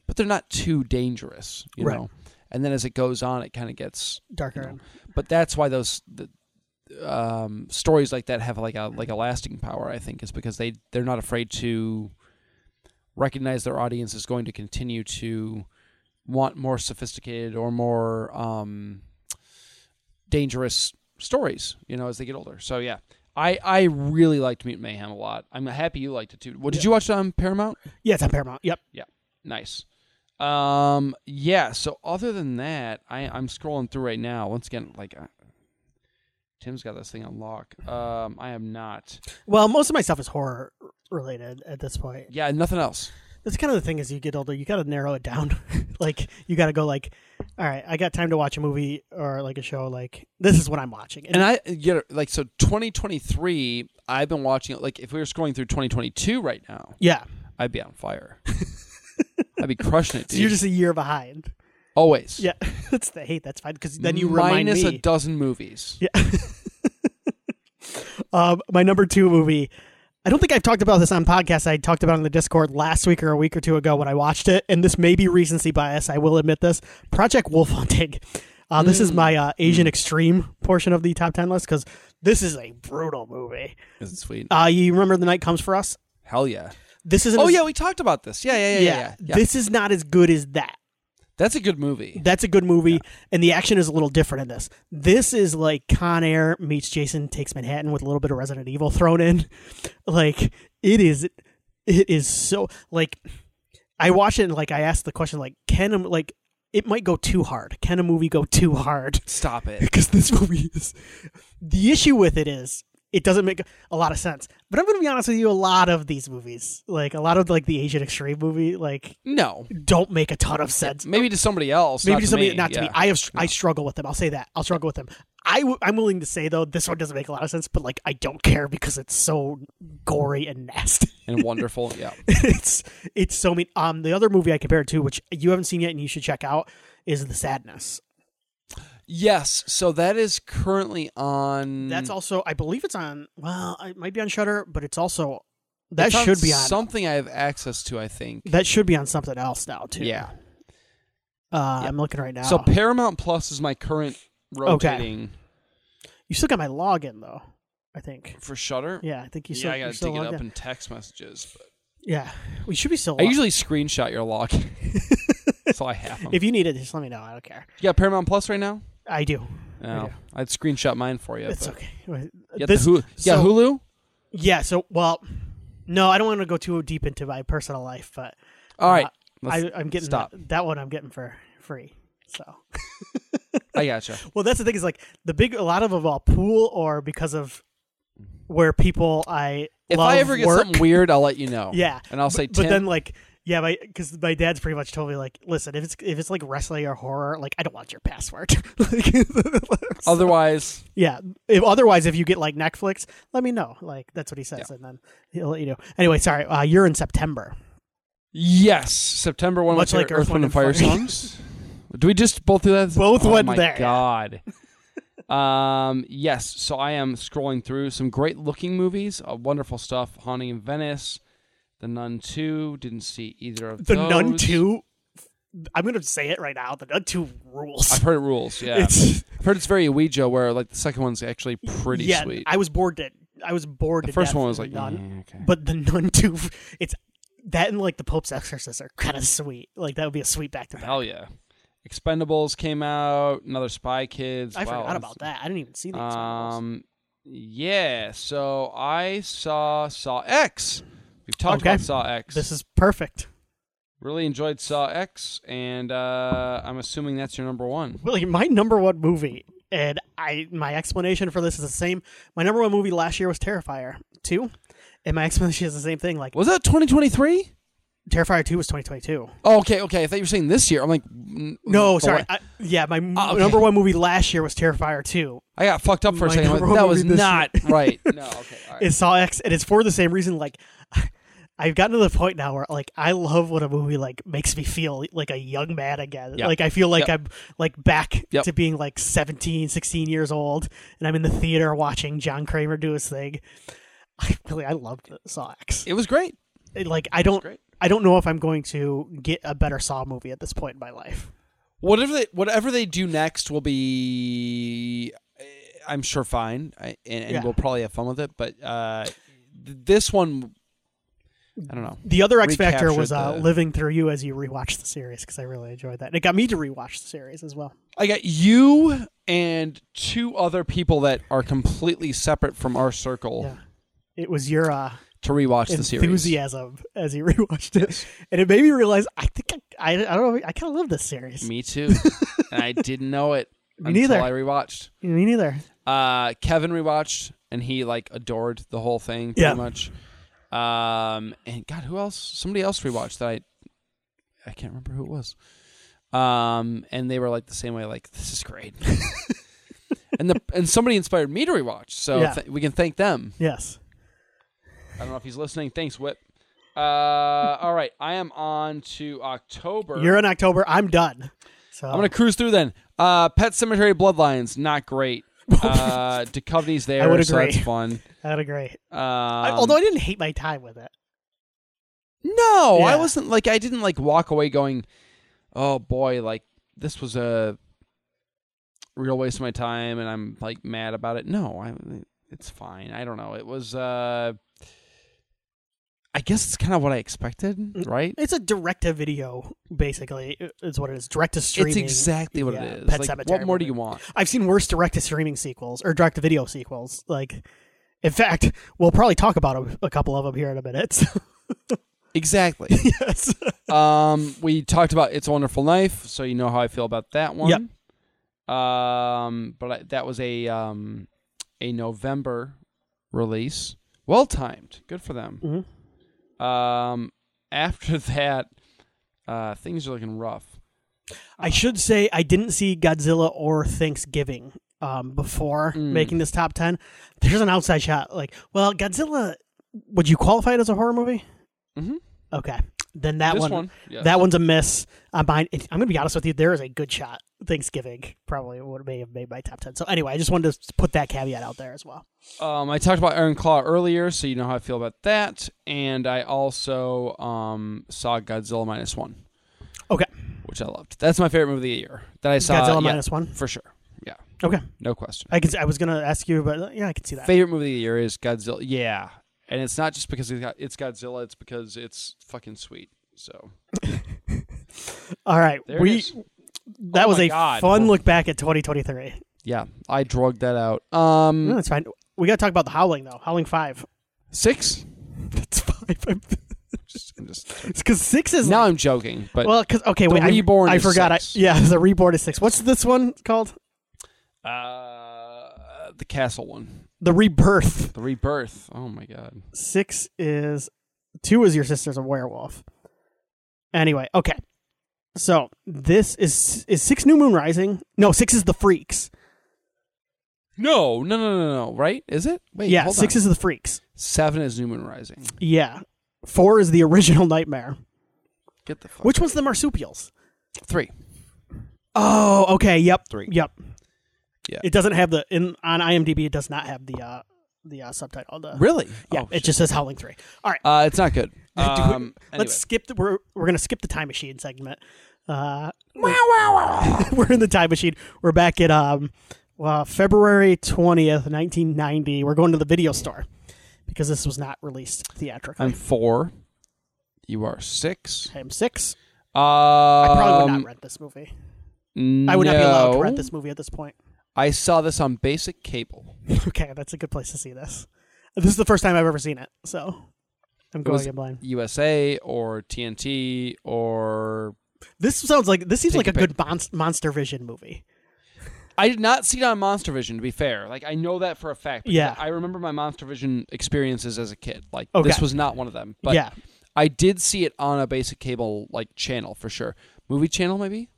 but they're not too dangerous, you
Right.
know. And then as it goes on, it kind of gets.
Darker.
you know. But that's why those the, um, stories like that have like a like a lasting power. I think is because they they're not afraid to recognize their audience is going to continue to want more sophisticated or more um, dangerous stories, you know, as they get older. So yeah, I I really liked Mutant Mayhem a lot. I'm happy you liked it too. Well, did you watch it on Paramount?
Yeah, it's on Paramount. Yep.
Nice. Um, yeah. So other than that, I I'm scrolling through right now. Once again, like. I, Tim's got this thing on lock. Um, I am not.
Well, most of my stuff is horror related at this point.
Yeah, nothing else.
That's kind of the thing as you get older, you got to narrow it down. [LAUGHS] like you got to go like, all right, I got time to watch a movie or like a show. Like this is what I'm watching. And,
And I yeah, like so 2023. I've been watching it. Like if we were scrolling through 2022 right now,
yeah,
I'd be
[LAUGHS]
on fire. I'd be crushing it.
so
Dude.
you're just a year behind.
always.
Yeah, [LAUGHS] that's the hate. That's fine because then you remind
minus
me.
a dozen movies.
Yeah. um, my number two movie. I don't think I've talked about this on podcast. I talked about it in the Discord last week or a week or two ago when I watched it, and this may be recency bias. I will admit this. Project Wolf Hunting. Uh, this is my
Mm.
uh, Asian Extreme portion of the top ten list because this is a brutal movie.
Isn't it sweet?
Uh, you remember the night comes for us?
Hell yeah.
This isn't.
Oh
as-
yeah, we talked about this. Yeah, yeah, yeah, yeah. yeah, yeah.
This is not as good as that.
That's a good movie.
That's a good movie, and the action is a little different in this. This is like Con Air meets Jason Takes Manhattan with a little bit of Resident Evil thrown in. [LAUGHS] Like it is, it is so like. I watched it and like I asked the question like, can a, like it might go too hard? Can a movie go too hard? [LAUGHS]
Stop it.
Because this movie is the issue with it is it doesn't make a lot of sense. But I'm going to be honest with you, a lot of these movies, like a lot of like the Asian Extreme movie, like
No.
don't make a ton of sense
Maybe to somebody else.
maybe
not
to
to
somebody
me.
not to
yeah.
me. I have I struggle with them. I'll say that I'll struggle with them. I w- I'm willing to say though this one doesn't make a lot of sense, but like I don't care because it's so gory and nasty. [LAUGHS]
and wonderful. Yeah.
it's it's so mean. Um, the other movie I compared it to, which you haven't seen yet and you should check out, is The Sadness.
Yes. So that is currently on.
That's also I believe it's on. Well, it might be on Shutter, but it's also that
it's on
should be on
something I have access to. I think.
that should be on something else now too.
yeah.
uh, I'm looking right now.
So
So
Paramount Plus is my current rotating
you still got my login though. I think.
for Shutter.
Yeah, I think you still.
yeah, I
you're
gotta
still
dig it
logged
up
in.
in text messages. But
Yeah, we should be still.
I
lo-
usually screenshot
[LAUGHS]
your login, so I have them.
If you need it, just let me know. I don't care.
you got Paramount Plus right now?
I do.
No,
do.
I'd screenshot mine for you.
Oh, it's
but-
okay.
You got
This-
the Hulu. yeah,
so-
Hulu.
Yeah. So, well, no, I don't want to go too deep into my personal life, but
All right,
uh,
let's-
I, I'm getting
stop.
That, that one. I'm getting for free. So,
I gotcha.
uh, well, that's the thing is like the big a lot of them all pool or because of where people I
If
love
I ever get
work.
something weird, I'll let you know.
[LAUGHS] yeah,
And I'll say,
but, but
Tim-
then like. Yeah, my because my dad's pretty much told me like, listen, if it's if it's like wrestling or horror, like I don't want your password. [LAUGHS] like,
Oh, Otherwise,
yeah. If, otherwise, if you get like Netflix, let me know. Like that's what he says, and then he'll let you know. Anyway, sorry. Uh, you're in September.
yes, September one.
Much
was
like
your Earth, Wind, and
[LAUGHS]
Fire songs. Do we just both do that?
Both
oh,
went
my
there.
God. [LAUGHS] um. Yes. So I am scrolling through some great looking movies. Uh, wonderful stuff. Haunting in Venice. The Nun Two. Didn't see either of
The
those.
Nun Two. I'm gonna say it right now. The Nun Two rules. [LAUGHS]
I've heard it rules. Yeah.
It's-
I've heard it's very Ouija, where like the second one's actually pretty
yeah,
sweet.
I was bored to. I was bored.
the
to
first
death
one was
with the
like,
Nun,
"Eh, okay.
but the [LAUGHS] Nun Two. It's that and like the Pope's Exorcist are kind of sweet. Like that would be a sweet back to back.
Hell yeah. Expendables came out, another Spy Kids.
I
Wow,
forgot
that's-
about that. I didn't even see the Expendables.
Um yeah, so I saw Saw X. We've talked
Okay.
about Saw X.
this is perfect.
really enjoyed Saw X and uh I'm assuming that's your number 1.
Well, like my number one movie, and I my explanation for this is the same. My number one movie last year was Terrifier two, and my [LAUGHS] explanation is the same thing. Like
Was that 2023?
Terrifier two was 2022.
Oh, okay, okay. I thought you were saying this year. I'm like n-
No,
the
sorry.
la-
I, yeah, my m
Oh, okay.
number one movie last year was Terrifier two.
I got fucked up for a
My
second. I'm
number one
Like, that
movie
was
this year.
not
[LAUGHS]
right. No, okay. All right.
It's Saw X, and it's for the same reason. Like, [LAUGHS] I've gotten to the point now where, like, I love when a movie like makes me feel like a young man again.
Yep.
Like, I feel like
Yep.
I'm like back
Yep.
to being like 17, 16 years old, and I'm in the theater watching John Kramer do his thing. I really, I loved Saw X.
It was great.
It- like, I don't,
great.
I don't know if I'm going to get a better Saw movie at this point in my life.
whatever they whatever they do next will be eh, i'm sure fine I, and, and
Yeah.
we'll probably have fun with it but uh th- this one i don't know
The other X Factor
Recaptured
was uh,
the-
living through you as you rewatch the series because I really enjoyed that. And it got me to rewatch the series as well.
i got you and two other people that are completely separate from our circle
Yeah. It was your uh,
to rewatch the series
enthusiasm as you [LAUGHS] rewatched it, and it made me realize I think I, I, I don't know I kind of love this series. Me,
me too [LAUGHS] and i didn't know it until
neither.
i rewatched
neither.
Uh, Kevin rewatched and he like adored the whole thing pretty
Yeah.
much. Um, and God, who else? Somebody else rewatched that I I can't remember who it was. Um, and they were like the same way, like this
[LAUGHS]
is great. and the and somebody inspired me to rewatch, so
Yeah.
th- we can thank them.
Yes,
I don't know if he's listening. Thanks, Whip. Uh, all right, I am on to October.
you're in October. I'm done. So
I'm gonna cruise through then. Uh, Pet Cemetery Bloodlines,
[LAUGHS]
not great. Uh, Duchovny's there,
would
so that's
agree.
fun.
that'd be great.
Um,
I, although I didn't hate my time with it.
no, I
Yeah.
wasn't like I didn't like walk away going, oh boy, like this was a real waste of my time, and I'm like mad about it. No, I it's fine. I don't know. It was. uh I guess it's kind of what I
Mm.
expected, right?
It's a direct to video, basically. Is what it is. Direct to streaming.
It's exactly what
Yeah,
it is.
Pet
Like,
Sematary
what more do
movie.
you
[LAUGHS]
want?
I've seen worse direct to streaming sequels or direct to video sequels. Like, in fact, we'll probably talk about a, a couple of them here in a minute. [LAUGHS] So,
Exactly.
yes.
Um, we talked about "It's a Wonderful Knife," so you know how I feel about that one. Um, but I, that was a um, a November release, well timed. Good for them.
Mhm.
Um, after [LAUGHS] that, uh, things are looking rough.
I should say I didn't see Godzilla or Thanksgiving um, before
Mm.
making this top ten. There's an outside shot. Like, well, Godzilla. Would you qualify it as a horror movie?
Mhm.
Okay, then that
this
one,
one, yes.
that one's a miss. I'm behind. if- I'm gonna be honest with you. There is a good shot. Thanksgiving probably would may have made my top ten. So anyway, I just wanted to put that caveat out there as well.
Um, I talked about Iron Claw earlier, so you know how I feel about that. And I also um saw Godzilla minus one,
Okay,
which I loved. That's my favorite movie of the year that I saw.
Godzilla
yeah,
minus one.
for sure. Yeah,
Okay,
no question.
I can. I was gonna ask you, but yeah, I can see that.
favorite movie of the year is Godzilla. Yeah, and it's not just because it's got it's Godzilla. It's because it's fucking sweet. So
All right,
there it
we
is.
that
Oh
was
my
a
God.
fun look back at 2023.
Yeah, I drugged that out.
No,
Um,
that's fine. We gotta talk about the Howling though. Howling five.
six.
That's five. I'm, [LAUGHS]
Just, I'm just,
it's because six is
now I'm joking, but
well, because okay,
The
wait, I-
Reborn
I,
is
forgot. I,
six.
yeah, the reborn is six. What's this one called?
uh, the castle one.
The Rebirth.
The Rebirth. Oh my god.
Six is two is your sister's a werewolf. Anyway, okay. So this is is six New Moon Rising. No, six is the Freaks.
No, no, no, no, no. Right? Is it? Wait.
yeah,
hold
six
on.
is the Freaks.
seven is New Moon Rising.
Yeah, four is the original [LAUGHS] Nightmare.
Get the fuck.
Which one's the marsupials?
three?
Oh, okay. Yep.
Three.
Yep.
Yeah.
It doesn't have the in on IMDb. It does not have the uh the uh, subtitle. The
Really?
yeah.
Oh,
it
shit.
just says Howling Three. All right.
Uh,
[LAUGHS]
it's not good. Um, anyway.
Let's skip the we're we're gonna skip the time machine segment. Uh, [LAUGHS] we're in the time machine. We're back at um, well, February twentieth, nineteen ninety. We're going to the video store because this was not released theatrically.
I'm four. You are six.
I'm six.
Um,
I probably would not rent this movie. I would not be allowed to rent this movie at this point. [LAUGHS]
I saw this on basic cable.
Okay, that's a good place to see this. This is the first time I've ever seen it, so I'm
It was
going in blind.
USA or TNT or
This sounds like this seems
Take
like a,
your
good monst- Monster Vision movie.
I did not see it on Monster Vision. To be fair, like I know that for a fact. because
Yeah.
I remember my Monster Vision experiences as a kid. Like
Okay.
this was not one of them. But
yeah,
I did see it on a basic cable like channel for sure. Movie channel maybe.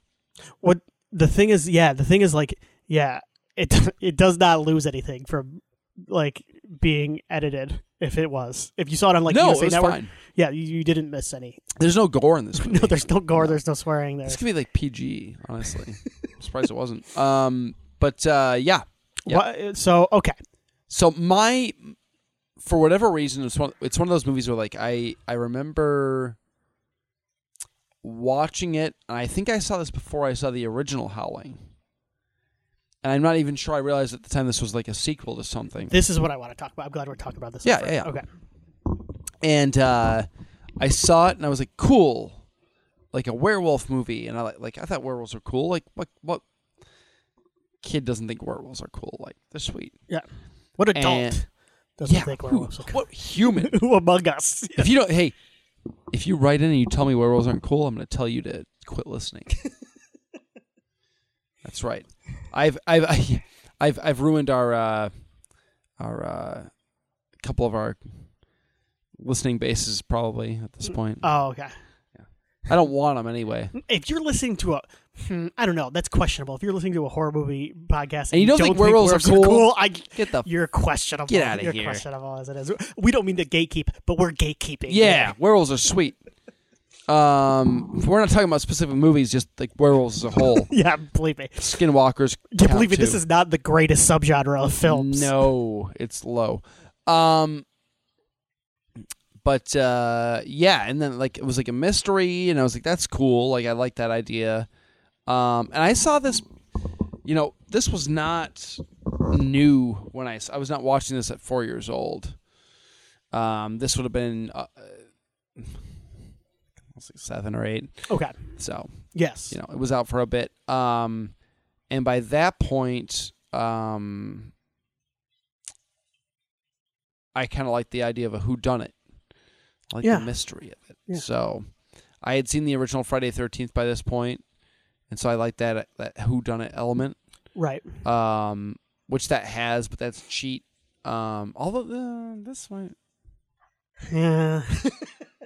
what the thing is? Yeah, the thing is like yeah, it [LAUGHS] it does not lose anything from like being edited. If it was, if you saw it on like
no,
USA
it was
Network,
fine.
yeah, you, you didn't miss any. [LAUGHS]
There's no gore in this movie.
No, there's no gore, there's no swearing there.
This could be like PG, honestly. I'm surprised it wasn't. Um, but uh, yeah. [LAUGHS] yeah.
What, so okay,
So my, for whatever reason, it's one. It's one of those movies where like I I remember watching it, and I think I saw this before I saw the original Howling. And I'm not even sure I realized at the time this was like a sequel to something.
this is what I want to talk about. I'm glad we're talking about this.
Yeah,
up
yeah,
front.
yeah.
Okay.
and uh, I saw it and I was like, cool, like a werewolf movie, and I like, like I thought werewolves were cool. Like what what kid doesn't think werewolves are cool? Like they're sweet.
What adult
And-
doesn't think
[LAUGHS] who-
werewolves? are- [LAUGHS]
what human?
Who among us?
if you don't, hey, if you write in and you tell me werewolves aren't cool, I'm going to tell you to
[LAUGHS]
quit listening. That's right. I've I've I've I've ruined our uh, our uh, couple of our listening bases probably at this point.
Oh, okay.
I don't want them anyway.
if you're listening to a, hmm, I don't know, that's questionable. If you're listening to a horror movie podcast and,
you don't think werewolves are cool?
I, [LAUGHS]
Get the
you're questionable.
Get outta
you're
here.
questionable as it is. We don't mean to gatekeep, but we're gatekeeping.
yeah. Werewolves are sweet. Um, we're not talking about specific movies, just like werewolves as a whole.
[LAUGHS] Yeah, believe me.
Skinwalkers.
Yeah,
count,
believe me,
too.
this is not the greatest subgenre of films.
No, it's low. Um but uh yeah, and then like it was like a mystery and I was like that's cool, like I like that idea. Um and I saw this you know, this was not new when I s- I was not watching this at 4 years old. Um this would have been uh, uh, let's see, 7 or 8.
Okay.
So,
Yes.
you know, it was out for a bit. Um, and by that point, um, I kind of liked the idea of a who done it, like
Yeah.
the mystery of it.
Yeah.
So, I had seen the original Friday Thirteenth by this point, and so I liked that that who done it element,
Right.
um, which that has, but that's cheat. Um, although uh, this one,
Yeah. [LAUGHS]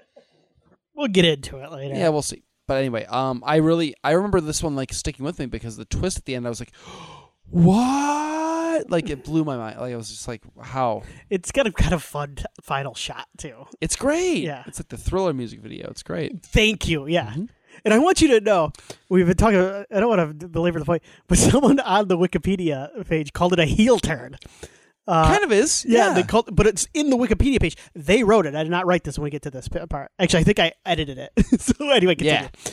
we'll get into it later.
Yeah. we'll see. But anyway, um, I really I remember this one like sticking with me because the twist at the end, I was like, [GASPS] what? Like it blew my mind. Like I was just like, how?
It's got a kind of fun t- final shot too.
It's great.
Yeah.
it's like the thriller music video. It's great.
Thank you. Yeah.
Mhm.
And I want you to know we've been talking. I don't want to belabor the point, but [LAUGHS] someone on the Wikipedia page called it a heel turn. Uh,
kind of is.
yeah, they called, but it's in the Wikipedia page. They wrote it. I did not write this when we get to this p- part. Actually, I think I edited it. [LAUGHS] so anyway, continue.
Yeah.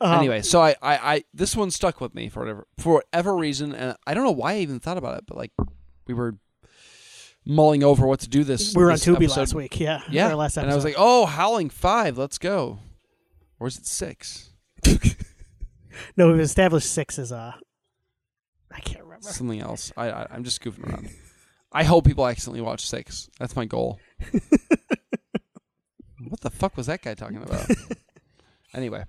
Um,
anyway, so I, I I this one stuck with me for whatever for whatever reason, and I don't know why I even thought about it, but like we were mulling over what to do this.
we were on
this
Tubi
episode.
last week. Yeah,
Yeah,
Or last episode.
and I was like, oh, Howling Five, let's go. Or is it six?
no, we've established six is uh, I can't remember.
[LAUGHS] something else. I, I I'm just goofing around. I hope people accidentally watch six. That's my goal. [LAUGHS] what the fuck was that guy talking [LAUGHS] about? anyway,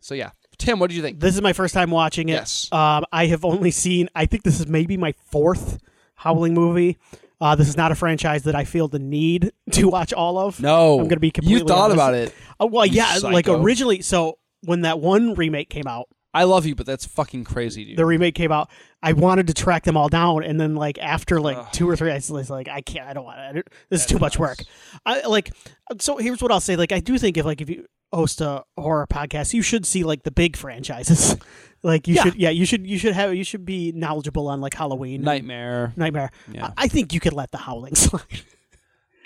so yeah, Tim, what did you think?
This is my first time watching it.
Yes.
Um, I have only seen. I think this is maybe my fourth Howling movie. Uh, this is not a franchise that I feel the need [LAUGHS] to watch all of.
No,
I'm gonna be completely
You thought
honest.
about it.
Uh, well,
You
yeah, like
psycho.
originally. So when that one remake came out,
I love you, but that's fucking crazy, dude.
the remake came out, I wanted to track them all down, and then like after like
Ugh.
two or three, I was like, I can't, I don't want it. This is too much work. I like. So here's what I'll say. Like I do think if like if you host a horror podcast, you should see like the big franchises. [LAUGHS] like you
Yeah.
should, yeah, you should, you should have, you should be knowledgeable on like Halloween,
Nightmare.
Nightmare.
Yeah.
I, I think you could let the howling [LAUGHS] slide.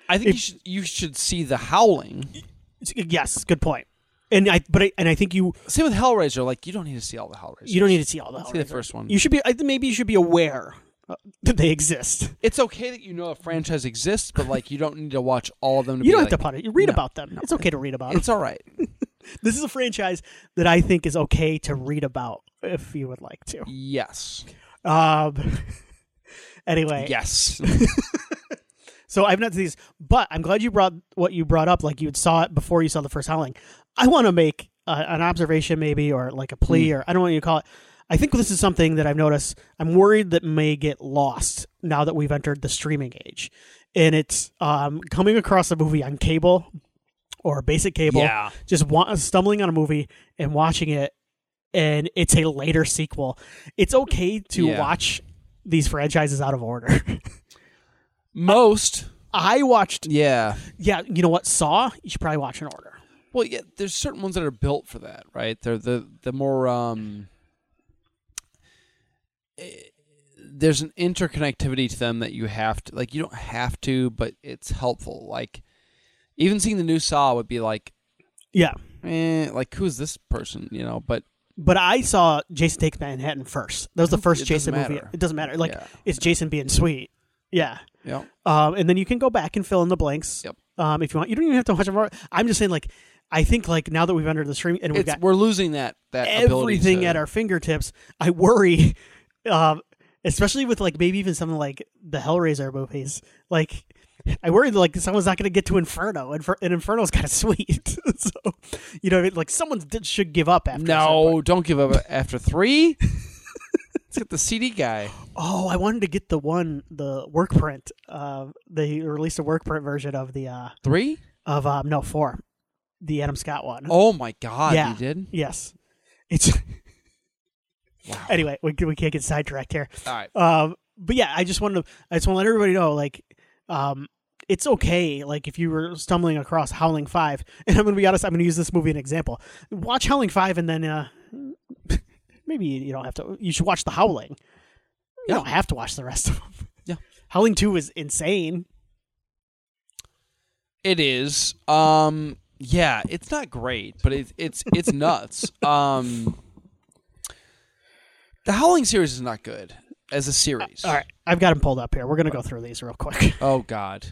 I think you should you should see the howling.
yes, good point. And I, but I, and I think you,
Same with Hellraiser. Like you don't need to see all the Hellraisers.
you don't need to see all the.
see the
Hellraiser.
first one.
You should be. I think Maybe you should be aware uh, that they exist.
it's okay that you know a franchise exists, but like you don't need to watch all of them. To
You
be
don't
like,
have to put it. You read
no,
about them. It's okay to read
[LAUGHS]
about. them.
It's all right.
This is a franchise that I think is okay to read about if you would like to.
Yes.
Um. [LAUGHS] anyway,
Yes.
so I've not seen these, but I'm glad you brought what you brought up. Like you saw it before you saw the first Howling. I want to make uh, an observation, maybe, or like a plea,
Mm.
or I don't know what you call it. I think this is something that I've noticed. I'm worried that may get lost now that we've entered the streaming age, and it's um, coming across a movie on cable or basic cable.
yeah.
just wa- stumbling on a movie and watching it and it's a later sequel it's okay to
Yeah.
watch these franchises out of order [LAUGHS]
Most.
i watched
Yeah.
yeah you know what saw you should probably watch in order
Well, yeah, there's certain ones that are built for that, right? They're the the more um eh, there's an interconnectivity to them that you have to like you don't have to, but it's helpful. Like even seeing the new Saw would be like,
yeah
eh, like who's this person, you know? But
but i saw jason takes manhattan first that was the first
It doesn't
jason movie
matter.
it doesn't matter like
yeah,
it's jason being sweet yeah
yeah.
um, and then you can go back and fill in the blanks
Yep.
um, if you want you don't even have to watch them all. i'm just saying like i think like now that we've entered the stream and we've
It's,
got
we're losing that that ability
everything
to-
at our fingertips. I worry, um, especially with like maybe even something like the Hellraiser movies. Like, I worry that like someone's not going to get to Inferno, Infer- and Inferno's kind of sweet. [LAUGHS] so, you know, what I mean? like someone did, should give up after. a certain
No, don't give up after
[LAUGHS]
three. Let's get the CD guy.
point. Oh, I wanted to get the one the work print. Uh, they released a work print version of the uh,
Three?
of um, no four, the Adam Scott one.
Oh my god,
Yeah.
you did.
Yes, it's. [LAUGHS]
Wow.
Anyway, we, we can't get sidetracked here.
All right.
Um, but yeah, I just wanted to I just want to let everybody know like um it's okay like if you were stumbling across Howling 5 [LAUGHS] and I'm going to be honest I'm going to use this movie as an example. Watch Howling 5 and then uh [LAUGHS] maybe you don't have to you should watch The Howling. You
Yeah.
don't have to watch the rest of them.
[LAUGHS] Yeah.
Howling 2 is insane.
It is. Um yeah, it's not great, but it's it's
[LAUGHS]
it's nuts. Um The Howling series is not good as a series.
All right, I've got them pulled up here. We're going to go through these real quick. [LAUGHS]
Oh god.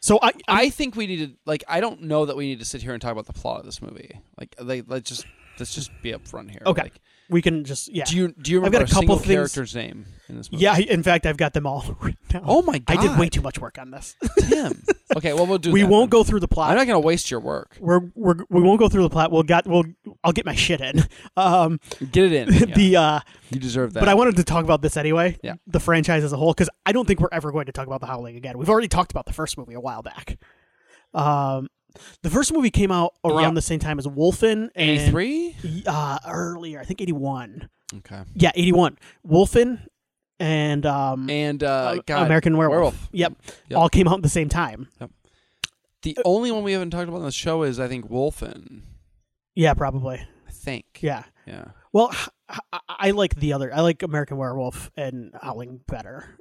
So I, I
I think we need to like I don't know that we need to sit here and talk about the plot of this movie. Like like let's just let's just be upfront here.
Okay.
Like,
we can just yeah.
do you do you
I've
remember
got a
a,
couple
single
things-
character's name in this movie?
yeah, in fact I've got them all [LAUGHS] right now.
Oh my god.
I did way too much work on this.
Tim. [LAUGHS] okay, well we'll do
we
that
won't
then.
go through the plot.
I'm not going to waste your work.
we're, we're we won't go through the plot. We'll got we'll I'll get my shit in. [LAUGHS] Um,
Get it in. Yeah.
[LAUGHS] the uh,
you deserve that.
but I wanted to talk about this anyway.
Yeah.
the franchise as a whole because I don't think we're ever going to talk about the Howling again. We've already talked about the first movie a while back. Um, the first movie came out around
Yeah.
the same time as Wolfen and
83?
uh, earlier. I think eighty one.
Okay.
Yeah, eighty one. Wolfen and um
And uh,
uh,
God,
American Werewolf.
Werewolf.
Yep.
Yep.
all came out at the same time.
The only one we haven't talked about on the show is I think Wolfen.
Yeah, probably.
I think.
Yeah.
Yeah.
Well, h- h- I, like the other. I like American Werewolf and Howling better.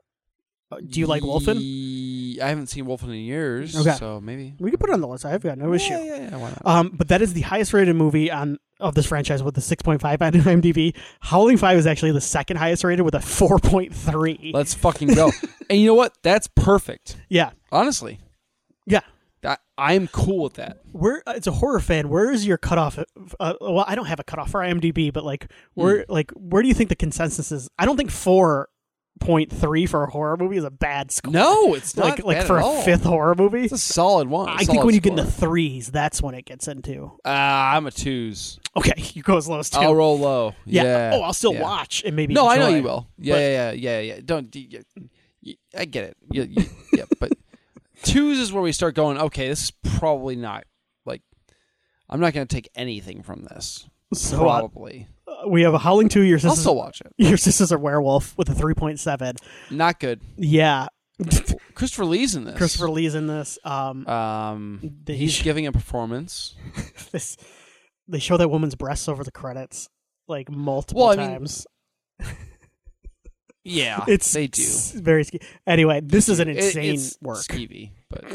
Uh, Do you like Wolfen?
Ye- I haven't seen Wolfen in years.
Okay.
So maybe.
We can put it on the list. I've got no issue.
yeah, yeah, yeah, why not?
Um, but that is the highest rated movie on of this franchise with a 6.5 on [LAUGHS] IMDb. Howling 5 is actually the second highest rated with a 4.3.
Let's fucking
[LAUGHS]
go. and you know what? That's perfect.
yeah.
Honestly.
Yeah.
I, I'm cool with that.
Where uh, it's a horror fan, where is your cutoff? Uh, well, I don't have a cutoff for IMDb, but like, where
Hmm.
like where do you think the consensus is? I don't think 4.3 for a horror movie is a bad score.
No, it's not
like like
bad
for
at
a
all.
fifth horror movie,
It's a solid one.
I think when you get in the threes, that's when it gets into.
uh, I'm a twos.
Okay, [LAUGHS] you go as low as 2
I'll roll low.
yeah.
Yeah.
Oh, I'll still
yeah.
watch and maybe.
No, I know
enjoy.
you will. Yeah,
But-
yeah, yeah, yeah, yeah. Don't you, y- I get it. Yeah, y yeah, but twos is where we start going. Okay, this is probably not like I'm not going to take anything from this.
So uh,
Probably,
we have a Howling Two. Your
I'll
sisters,
still watch it.
[LAUGHS] your sisters are werewolf with a three point seven.
Not good.
Yeah, [LAUGHS]
Christopher Lee's in this.
Christopher Lee's in this. Um,
Um,
They- [LAUGHS]
he's giving a performance.
this they show that woman's breasts over the credits like multiple
Well, I mean,
times.
Yeah,
it's
they do.
s- very ske- anyway. This is an
It-
insane
it's
work.
skeevy, but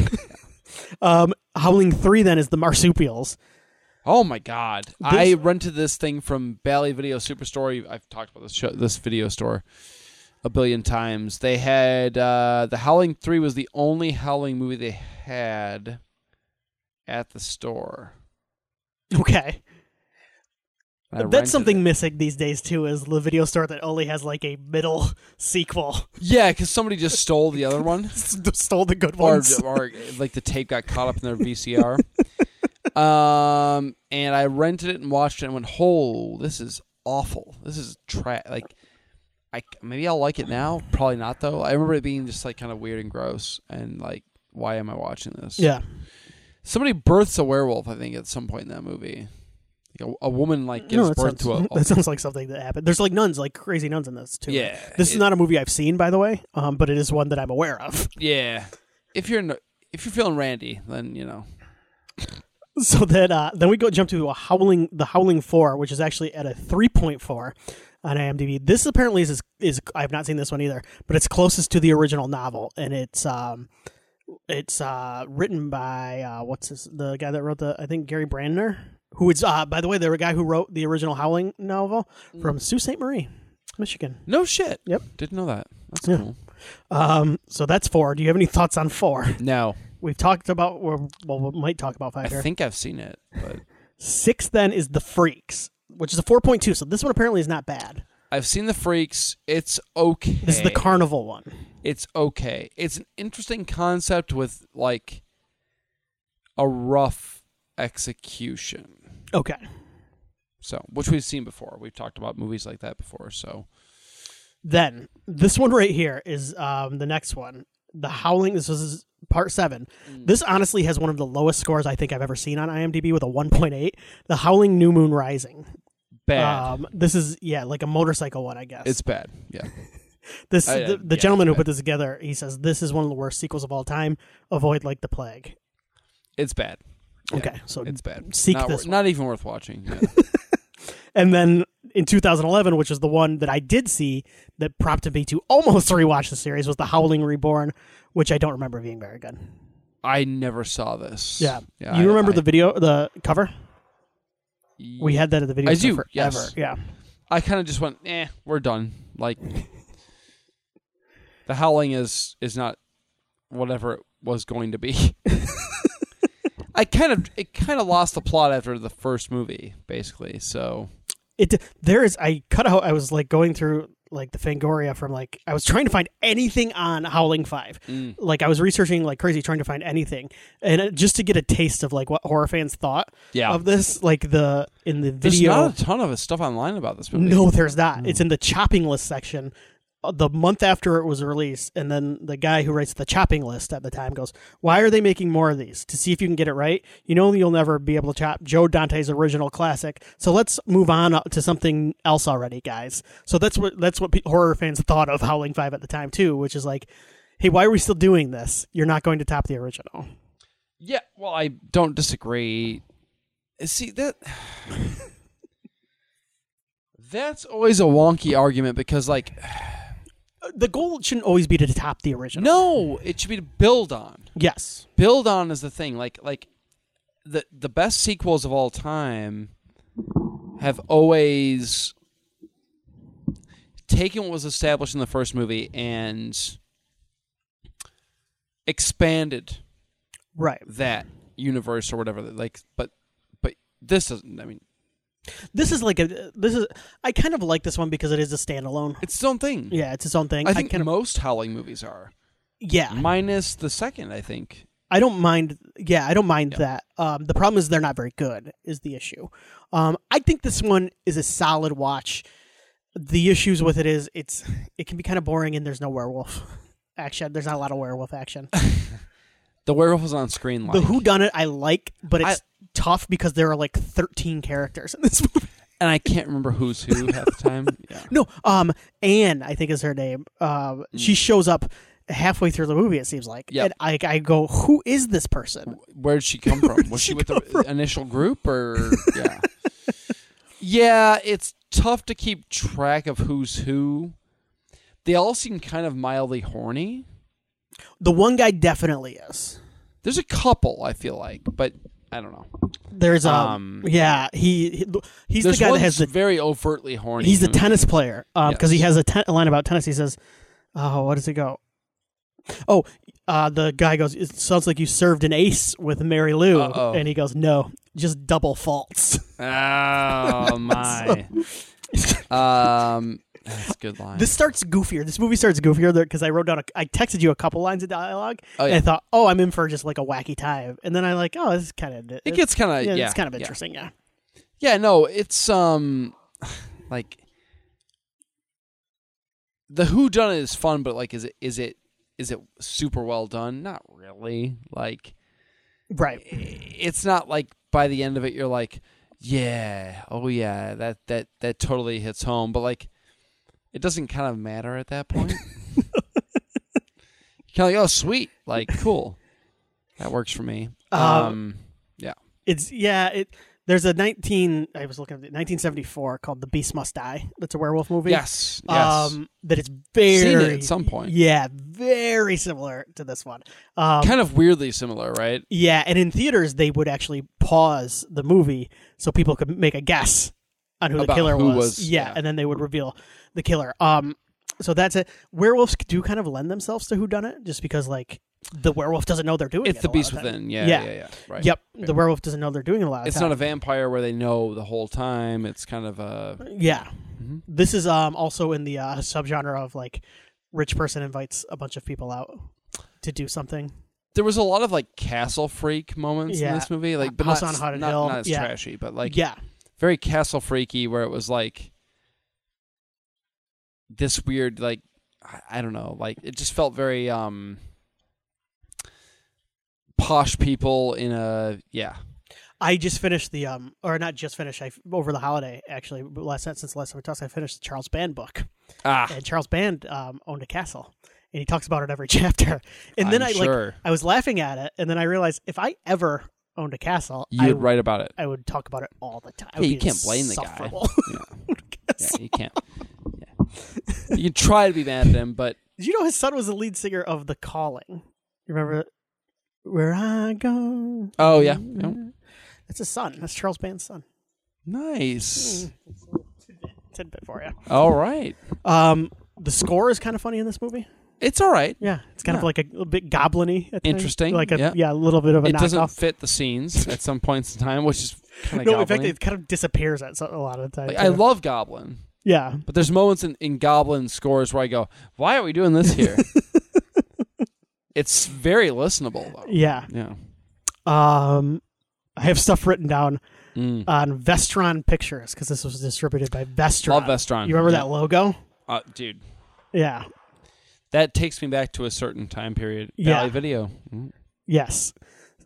Um, Howling Three then is the marsupials. [LAUGHS]
oh my god! I rented this thing from Bally Video Superstore. I've talked about this show, this video store a billion times. They had uh, the Howling Three was the only Howling movie they had at the store.
Okay,
I rented
that's something
it.
missing these days too. Is the video store that only has like a middle [LAUGHS] sequel [LAUGHS]
Yeah, because somebody just stole the other one.
stole the good
or,
ones.
or like the tape got caught up in
[LAUGHS]
their VCR. um, and I rented it and watched it and went, "Oh, this is awful. This is trash." Like, I maybe I'll like it now. Probably not though. I remember it being just like kind of weird and gross and like, why am I watching this?
Yeah,
Somebody births a werewolf. I think at some point in that movie, like a, a woman like gives
no, that
birth
sounds, [LAUGHS]
to a.
that sounds like something that happened. There's like nuns, like crazy nuns in this too.
yeah.
This is
it-
not a movie I've seen, by the way, um, but it is one that I'm aware of.
Yeah. If you're no, if you're feeling randy, then you know.
[LAUGHS] So then, uh, then we go jump to a howling, the Howling Four, which is actually at a three point four on IMDb. This apparently is is I have not seen this one either, but it's closest to the original novel, and it's um, it's uh, written by uh, what's his the guy that wrote the I think Gary Brandner, who is uh, by the way, the guy who wrote the original Howling novel from Sault Ste. Marie, Michigan.
No shit.
Yep.
Didn't know that. That's
Yeah.
cool.
Um, so that's four. Do you have any thoughts on four? [LAUGHS]
No,
We've talked about well, we might talk about
I
five here.
think I've seen it, but
Six then is the Freaks, which is a four point two. So this one apparently is not bad.
I've seen the Freaks. It's okay.
This is the carnival one.
It's okay. It's an interesting concept with like a rough execution.
Okay.
So, which we've seen before. We've talked about movies like that before. So,
Then this one right here is um, the next one. The Howling. This is part seven.
Mm.
This honestly has one of the lowest scores I think I've ever seen on IMDb with a one point eight. The Howling New Moon Rising.
bad.
Um, this is yeah like a motorcycle one I guess.
Eh. it's bad. Yeah.
this
I- I-
the, the
yeah,
gentleman who
I-
put this together. He says this is one of the worst sequels of all time. Avoid like the plague.
It's bad. Yeah,
Okay, so
It's bad.
Seek
not,
this one.
wor- not even worth
[LAUGHS]
watching. Yeah.
And then in 2011, which is the one that I did see that prompted me to almost [LAUGHS] rewatch the series, was The Howling Reborn, which I don't remember being very good.
I never saw this.
Yeah.
yeah
you
I-
remember
I-
the video, the cover? We had that at the video
I
store
do,
forever.
yes.
Yeah.
I kind of just went, eh, we're done. Like the howling is is not whatever it was going to be.
[LAUGHS]
I kind of it kind of lost the plot after the first movie, basically. So
It there is I cut out I was like going through like the Fangoria from like I was trying to find anything on Howling 5. Like I was researching like crazy trying to find anything and uh, just to get a taste of like what horror fans thought
yeah,
of this like the in the
there's
video
not a ton of stuff online about this movie.
No, there's not. It's in the chopping list section. uh, The month after it was released, and then the guy who writes the chopping list at the time goes, "Why are they making more of these to see if you can get it right? You know you'll never be able to chop Joe Dante's original classic, so let's move on up to something else already, guys." So that's what that's what pe- horror fans thought of Howling Five at the time too, which is like, "Hey, why are we still doing this? You're not going to top the original."
Yeah, well, I don't disagree. See that [SIGHS] that's always a wonky argument because like
Uh, The goal shouldn't always be to top the original.
no, it should be to build on.
Yes.
build on is the thing. Like like the the best sequels of all time have always taken what was established in the first movie and expanded
Right.
that universe or whatever. Like but but this doesn't. I mean,
This is like a this is I kind of like this one because it is a standalone.
it's its own thing.
Yeah, it's its own thing.
I think
kind of,
most Howling movies are
yeah,
minus the second. I think
I don't mind. Yeah, I don't mind
Yeah.
that. Um, the problem is they're not very good. Is the issue? Um, I think this one is a solid watch. The issues with it is it's it can be kind of boring and there's no werewolf. [LAUGHS] action. There's not a lot of werewolf [LAUGHS] action.
The werewolf was on screen. Like,
The Who Done It I like, but it's
I-
tough because there are like 13 characters in this movie.
and I can't remember who's who half the time. [LAUGHS] Yeah.
No, um, Anne I think is her name. Um, she shows up halfway through the movie. It seems like,
Mm. Yep.
and I, I go, who is this person?
Where did she come from? Was she, with the initial group [LAUGHS] or yeah? yeah, it's tough to keep track of who's who. They all seem kind of mildly horny.
The one guy definitely is.
There's a couple I feel like, but I don't know.
There's um,
Um,
yeah, he, he- he's the
There's
guy
one
that has
that's
the
very overtly horny.
he's the
who-
tennis player because he
Yes.
has a, ten- a line about tennis. He says, "Oh, what does it go?" Oh, uh, the guy goes, "It sounds like you served an ace with Mary Lou,"
Uh-oh.
and he goes, "No, just double faults." [LAUGHS]
Oh my. um, that's a good line.
this starts goofier. This movie starts goofier because I wrote down. A, I texted you a couple lines of dialogue,
Oh,
and I
yeah.
thought, "Oh, I'm in for just like a wacky time," and then I like, "Oh, this is kind of
it gets kind of
yeah,
yeah,
it's kind of
yeah.
interesting." Yeah,
Yeah, no, it's um [SIGHS] like the who done it is fun, but like is it is it is it super well done? Not really. Like
right.
it's not like by the end of it you're like, yeah, oh yeah, that that that totally hits home, but like it doesn't kind of matter at that point. kind of like, oh sweet, like cool. That works for me.
Um,
um yeah.
It's yeah. It there's a 19. I was looking at it, 1974 called "The Beast Must Die." That's a werewolf movie.
Yes. Yes.
Um, that it's very
Seen it at some point.
Yeah, very similar to this one. Um,
kind of weirdly similar, right?
yeah, and in theaters they would actually pause the movie so people could make a guess on who the
About
killer
who
was.
was-
yeah,
yeah.
and then they would reveal the killer. Um, so that's it. Werewolves do kind of lend themselves to who done it, just because like the werewolf doesn't know they're doing it.
It's
a
the
lot
Beast
of time.
Within. Yeah,
Yeah.
yeah, yeah. Right.
Yep, the werewolf doesn't know they're doing it a lot. Of
It's
time.
not a vampire where they know the whole time. It's kind of a
Yeah.
Mm-hmm.
This is um also in the uh, subgenre of like rich person invites a bunch of people out to do something.
there was a lot of like castle freak moments
Yeah.
in this movie, like but
House
not,
on Haunted
not,
Hill.
not as
Yeah.
trashy, but like
yeah.
very castle freaky, where it was like this weird, like I, I don't know, like it just felt very um posh people in a yeah.
I just finished the um or not just finished I over the holiday actually but last night since the last time we talked I finished the Charles Band book
Ah,
and Charles Band um, owned a castle and he talks about it every [LAUGHS] chapter and then
I'm
I like
sure
I was laughing at it and then I realized if I ever owned a castle I
you'd
would-
write about it.
I would talk about it all the time. I
Yeah,
would
you
be
can't blame the guy.
insufferable. [LAUGHS]
Yeah, you can't. Yeah. You can try to be mad at him, but
Did you know his son was the lead singer of The Calling? You remember Where I Go?
oh yeah, yeah.
That's his son. That's Charles Band's son.
nice.
Tidbit for you.
All right,
Um, the score is kind of funny in this movie.
it's all right.
Yeah, it's kind of
Yeah.
like a, little bit goblin-y. at times.
Interesting,
Like a yeah. a
yeah.
little bit of a
It doesn't
knockoff.
fit the scenes at some points in time, which is kind of
No, in fact, it kind of disappears at so- a lot of the time.
like, I
too.
love Goblin,
yeah,
but there's moments in, in Goblin scores where I go, "Why are we doing
[LAUGHS]
this here?" it's very listenable, though.
yeah.
Yeah.
Um, I have stuff written down
Mm.
on Vestron Pictures because this was distributed by Vestron.
Love Vestron.
You remember
Yeah.
that logo?
Uh, dude,
Yeah.
that takes me back to a certain time period.
Yeah.
Valley Video. Mm.
Yes.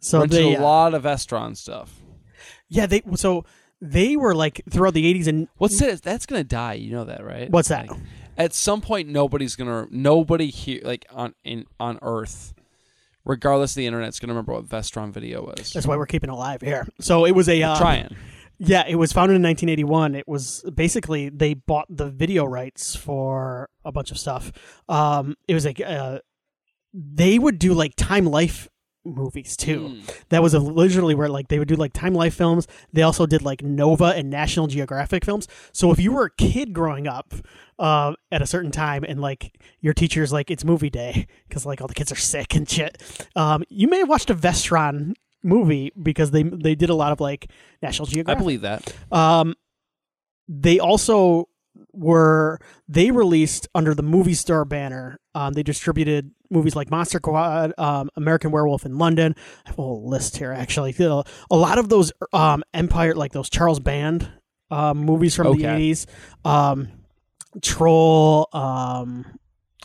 So
Went
they
to a
uh,
lot of Vestron stuff.
Yeah, they so they were like throughout the eighties and
What's it? That's gonna die. You know that, right?
What's that?
Like, at some point, nobody's gonna. Nobody here, like on in on Earth, regardless of the internet's gonna remember what Vestron Video was.
that's why we're keeping it alive here. So it was a uh,
Trying.
Yeah, it was founded in 1981. It was basically they bought the video rights for a bunch of stuff. Um, it was like uh, they would do like Time Life movies too.
Hmm.
That was literally where like they would do like Time Life films. They also did like Nova and National Geographic films. So if you were a kid growing up uh, at a certain time and like your teacher's like it's movie day because like all the kids are sick and shit, um, you may have watched a Vestron movie because they they did a lot of like National
I
Geographic.
believe that.
Um, they also were they released under the movie star banner. Um, they distributed movies like Monster Squad, um, American Werewolf in London. I have a whole list here actually. You know, A lot of those um, Empire, like those Charles Band um, movies from the
Okay.
eighties, um, Troll, um,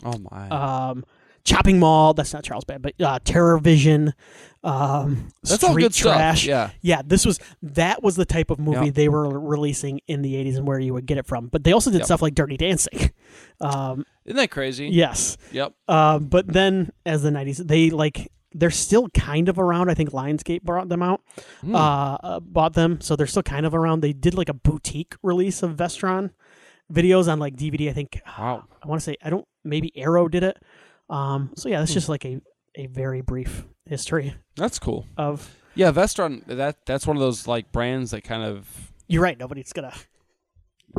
Oh my.
um, Chopping Mall. That's not Charles Band, but uh, Terror Vision. Um,
That's
Street
all good
Trash.
stuff. Yeah.
Yeah, this was that was the type of movie
Yeah.
they were releasing in the '80s and where you would get it from. But they also did
Yep.
stuff like Dirty Dancing. [LAUGHS] Um,
Isn't that crazy?
yes,
Yep.
um, but then as the '90s, they like they're still kind of around. I think Lionsgate brought them out,
Hmm.
uh, uh, bought them, so they're still kind of around. They did like a boutique release of Vestron videos on like DVD. I think
Wow.
I want to say I don't maybe Arrow did it. Um, so yeah, that's just like a a very brief history
That's cool.
of.
Yeah, Vestron. That that's one of those like brands that kind of
You're right. Nobody's gonna.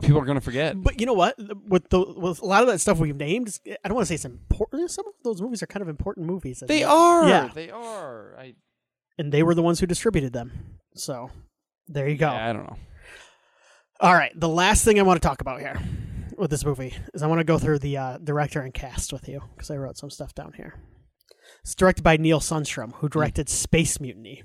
people are gonna forget.
But you know what? With the with a lot of that stuff we've named, I don't want to say it's important. Some of those movies are kind of important movies. and-
They are.
Yeah.
They are. I.
and they were the ones who distributed them. So there you go.
I don't know.
All right, the last thing I want to talk about here with this movie is I want to go through the uh, director and cast with you because I wrote some stuff down here. It's directed by Neil Sundstrom, who directed Space Mutiny,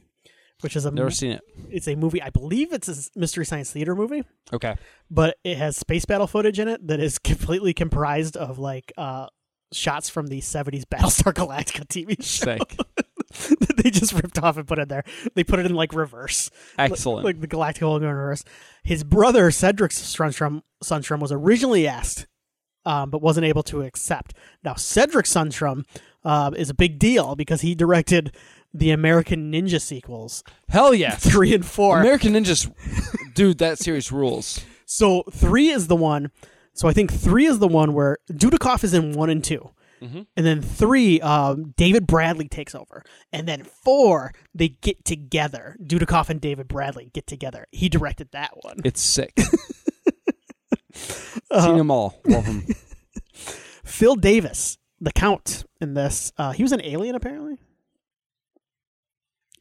which is a
Never seen it.
it's a movie I believe it's a s- mystery science theater movie.
Okay.
but it has space battle footage in it that is [LAUGHS] completely comprised of like uh shots from the 70s Battlestar [LAUGHS] Galactica TV show [LAUGHS]
Sick.
that they just ripped off and put in there. They put it in like reverse. Like-
Excellent.
Like, the Galactica will go in reverse. His brother Cedric Sundstrom, Sundstrom was originally asked um, but wasn't able to accept. Now Cedric Sundstrom uh, is a big deal because he directed the American Ninja sequels,
Hell yes.
3 and 4.
American Ninjas. Dude, that series rules.
So three is the one. So I think three is the one where Dudikoff is in one and 2
Mm-hmm.
and then three, um, David Bradley takes over, and then four, they get together. Dudikoff and David Bradley get together. He directed that one. Uh,
It's sick. Seen them [LAUGHS] all. Love them.
Phil Davis, the Count, in this, uh, he was an alien apparently.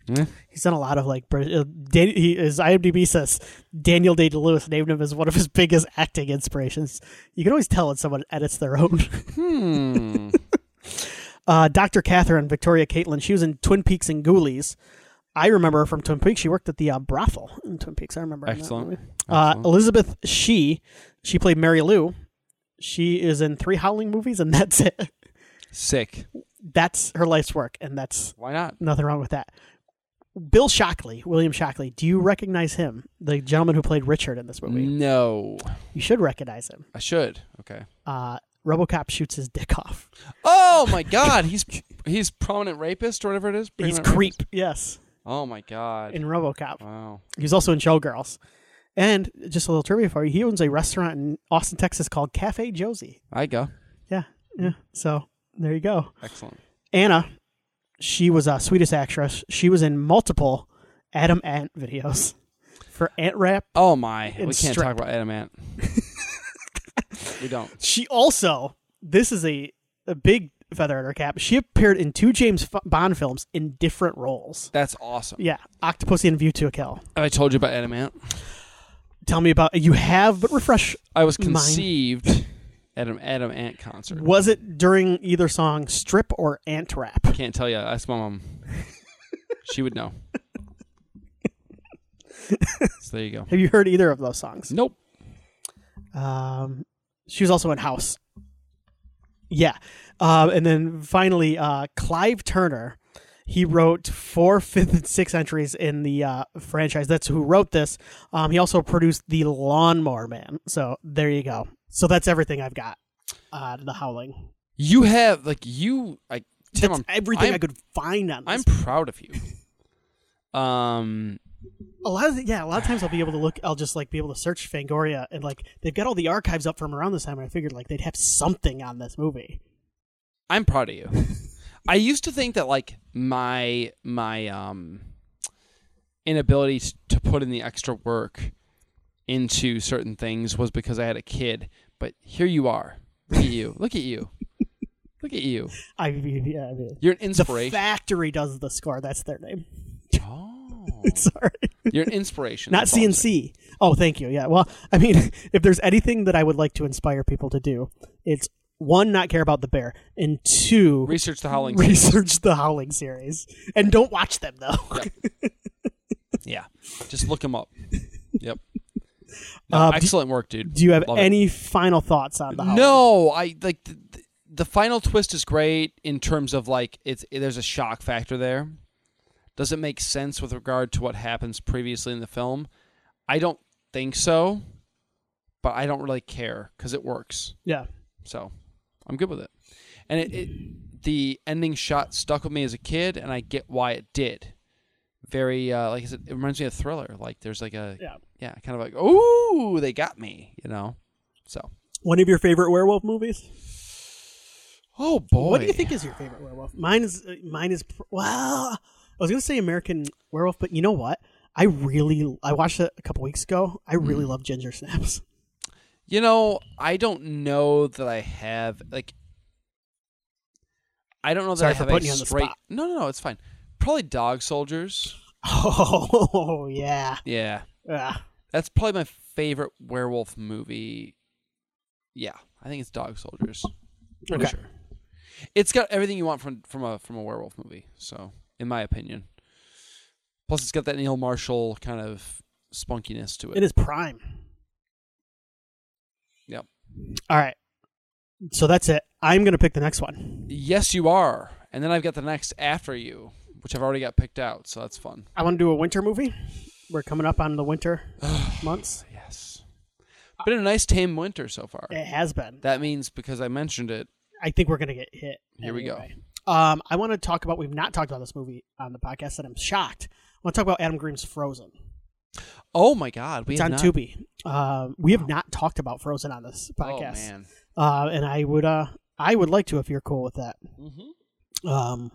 Yeah.
He's done a lot of like British. Uh, Dan- he, his IMDb says Daniel Day Lewis named him as one of his biggest acting inspirations. You can always tell when someone edits their own. [LAUGHS]
Hmm.
uh, Dr. Catherine Victoria Caitlin. She was in Twin Peaks and Ghoulies. I remember her from Twin Peaks. She worked at the uh, brothel in Twin Peaks. I remember. her in that
Excellent.
movie. Uh,
oh.
Elizabeth She. She played Mary Lou. She is in three Howling movies, and [LAUGHS] that's it.
Sick.
That's her life's work, and that's
Why not?
nothing wrong with that. Bill Shockley, William Shockley. Do you recognize him? The gentleman who played Richard in this
Mm.
movie.
No.
You should recognize him.
I should. Okay.
Uh, RoboCop shoots his dick off.
Oh [LAUGHS] my God. He's he's prominent rapist or whatever it is.
He's
Prominent
creep.
rapist?
Yes,
Oh my God.
in RoboCop.
Wow.
He was also in Showgirls. And just a little trivia for you, he owns a restaurant in Austin, Texas called Cafe Josie.
I go.
Yeah. Yeah. So there you go.
Excellent.
Anna, she was a Swedish actress. She was in multiple Adam Ant videos [LAUGHS] for Ant Rap.
Oh my!
And
we can't
strip.
talk about [LAUGHS] adamant. we don't.
She also, this is a, a big feather in her cap, she appeared in two James F- Bond films in different roles.
That's awesome.
Yeah. Octopussy and View to a Kill.
I told you about adamant.
Tell me about, you have, but refresh.
I was
Mine.
conceived at an adamant concert.
Was it during either song, Strip or Ant Rap?
Can't tell you. Ask my mom. she would know. so there you go.
Have you heard either of those songs?
Nope.
Um, she was also in House. Yeah. Uh, and then finally, uh, Clive Turner. He wrote four, [LAUGHS] fifth, and sixth entries in the uh, franchise. That's who wrote this. Um, he also produced The Lawnmower Man. So there you go. So that's everything I've got. Uh, the Howling.
You have like you. I Tim.
That's
I'm,
everything
I'm-
i could find on
I'm
this.
proud of you. Um.
a lot of the, yeah, a lot of times I'll be able to look. I'll just like be able to search Fangoria and like they've got all the archives up from around this time. And I figured like they'd have something on this movie.
I'm proud
[LAUGHS]
of you. I used to think that like my my um inability t- to put in the extra work into certain things was because I had a kid, but here you are. Look at you. Look at you. Look at you.
I [LAUGHS] mean, yeah, I mean,
You're an
the
inspiration.
factory does the score. That's their name. [LAUGHS]
oh.
Sorry,
You're an inspiration.
not
That's all I'm
CNC.
saying.
Oh, thank you. Yeah. Well, [LAUGHS] I mean, if there's anything that I would like to inspire people to do, it's one, not care about the bear, and two,
Research the howling.
research the Howling series, and don't watch them though.
yeah. Just look him up. Yep. No,
Uh, do-
excellent work,
[LAUGHS]
dude.
Do you have
Love it.
any final thoughts on the Howling?
No, I like th- th- the final twist is great in terms of like it's there's a shock factor there. Does it make sense with regard to what happens previously in the film? I don't think so, but I don't really care because it works.
Yeah.
So I'm good with it. And it, it the ending shot stuck with me as a kid, and I get why it did. Very uh, like I said, it reminds me of Thriller. Like there's like a
Yeah.
yeah kind of like oh they got me, you know. So
One of your favorite werewolf movies?
oh boy,
What do you think is your favorite werewolf? Mine is uh, mine is pr- well. I was gonna say American Werewolf, but you know what? I really I watched it a couple weeks ago.
Hmm.
I really love Ginger Snaps. [LAUGHS]
You know, I don't know that I have like. I don't know that
Sorry
I
for
have
putting
a
you on the
straight.
spot.
No, no, no, it's fine. Probably Dog Soldiers.
Oh yeah,
Yeah,
Ah,
that's probably my favorite werewolf movie. Yeah, I think it's Dog Soldiers. Pretty
Okay.
sure. It's got everything you want from from a from a werewolf movie. So, in my opinion, plus it's got that Neil Marshall kind of spunkiness to it.
it is prime.
Yep.
All right, so that's it. I'm gonna pick the next one.
Yes, you are. And then I've got the next after you, which I've already got picked out. So that's fun.
I want to do a winter movie. We're coming up on the
[SIGHS]
winter months.
Yes. Been a nice tame winter so far.
It has been.
That means because I mentioned it,
I think we're gonna get hit.
Here we go.
go. Um, I want to talk about. We've not talked about this movie on the podcast, and I'm shocked. I want to talk about Adam Green's Frozen.
oh my god, we
It's
have
on
not,
Tubi. Uh, we have not talked about Frozen on this
Oh
podcast,
man,
Uh, and I would, uh, I would like to if you're cool with that. Um,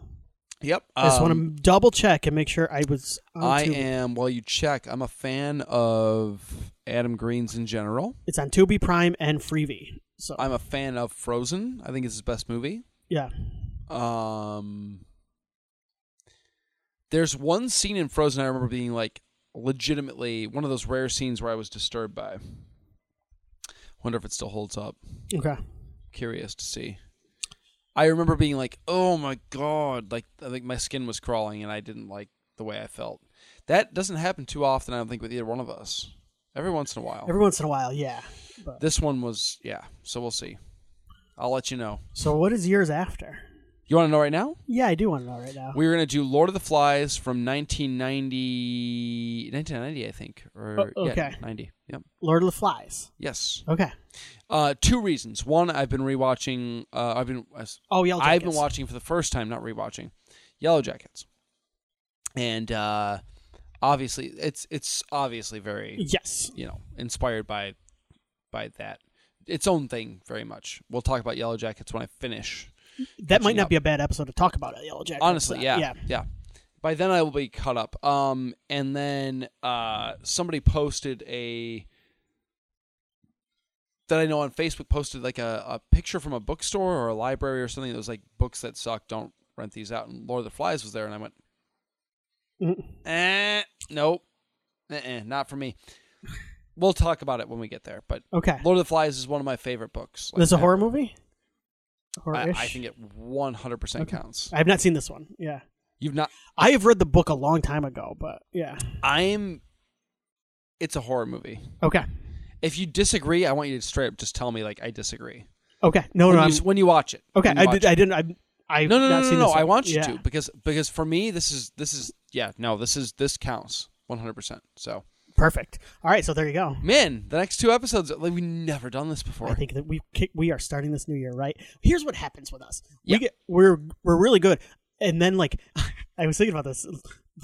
yep.
I just want
um,
to double check and make sure I was. On
I
Tubi.
am. While you check, I'm a fan of Adam Green's in general.
It's on Tubi Prime and Freevee. So
I'm a fan of Frozen. I think it's his best movie.
yeah,
Um, there's one scene in Frozen I remember being like legitimately one of those rare scenes where I was disturbed by. Wonder if it still holds up.
okay.
Curious to see. I remember being like, "Oh my god!" Like I think my skin was crawling, and I didn't like the way I felt. That doesn't happen too often. I don't think with either one of us. Every once in a while.
Every once in a while, yeah. But,
this one was, yeah. So we'll see. I'll let you know.
so what is yours after?
You want to know right now?
Yeah, I do want to know right now.
We were going to do Lord of the Flies from 1990, 1990 I think. Or,
O- Oh, okay.
Yeah, 90. Yep.
Lord of the Flies.
Yes.
Okay.
Uh, two reasons. One, I've been rewatching. Uh, I've been. I s-
Oh, Yellow
I've been
Jackets.
watching for the first time, not rewatching, Yellow Jackets, and uh, obviously it's it's obviously very
Yes.
you know inspired by by that its own thing very much. We'll talk about Yellow Jackets when I finish
That might
Catching
not
up.
be a bad episode to talk about it, Yellow Jackets.
Honestly,
Uh,
yeah,
Yeah.
yeah, By then I will be caught up. Um, and then uh, somebody posted a that I know on Facebook posted like a, a picture from a bookstore or a library or something that was like books that suck, don't rent these out. And Lord of the Flies was there, and I went,
Mm.
eh, nope, uh-uh, not for me. We'll talk about it when we get there. But
Okay.
Lord of the Flies is one of my favorite books. Like,
This is a
ever.
horror movie?
I,
Horror-ish?
I think it 100% counts.
I have not seen this one. Yeah.
You've not
I have read the book a long time ago, but yeah.
I'm. It's a horror movie.
Okay.
If you disagree, I want you to straight up just tell me like I disagree.
Okay. Oh, No,
when,
no.
you,
I'm,
s- when you watch it.
okay.
When you
I
watch
did.
it.
I didn't. I'm, I've
no, no, no,
not
no,
seen
no.
this
I
one.
want you
Yeah.
to because because for me this is this is yeah no this is this counts one hundred percent. So
Perfect. All right. So there you go.
man, the next two episodes like we've never done this before.
I think that we kick, we are starting this new year right. Here's what happens with us.
Yeah.
We get we're we're really good, and then like [LAUGHS] I was thinking about this,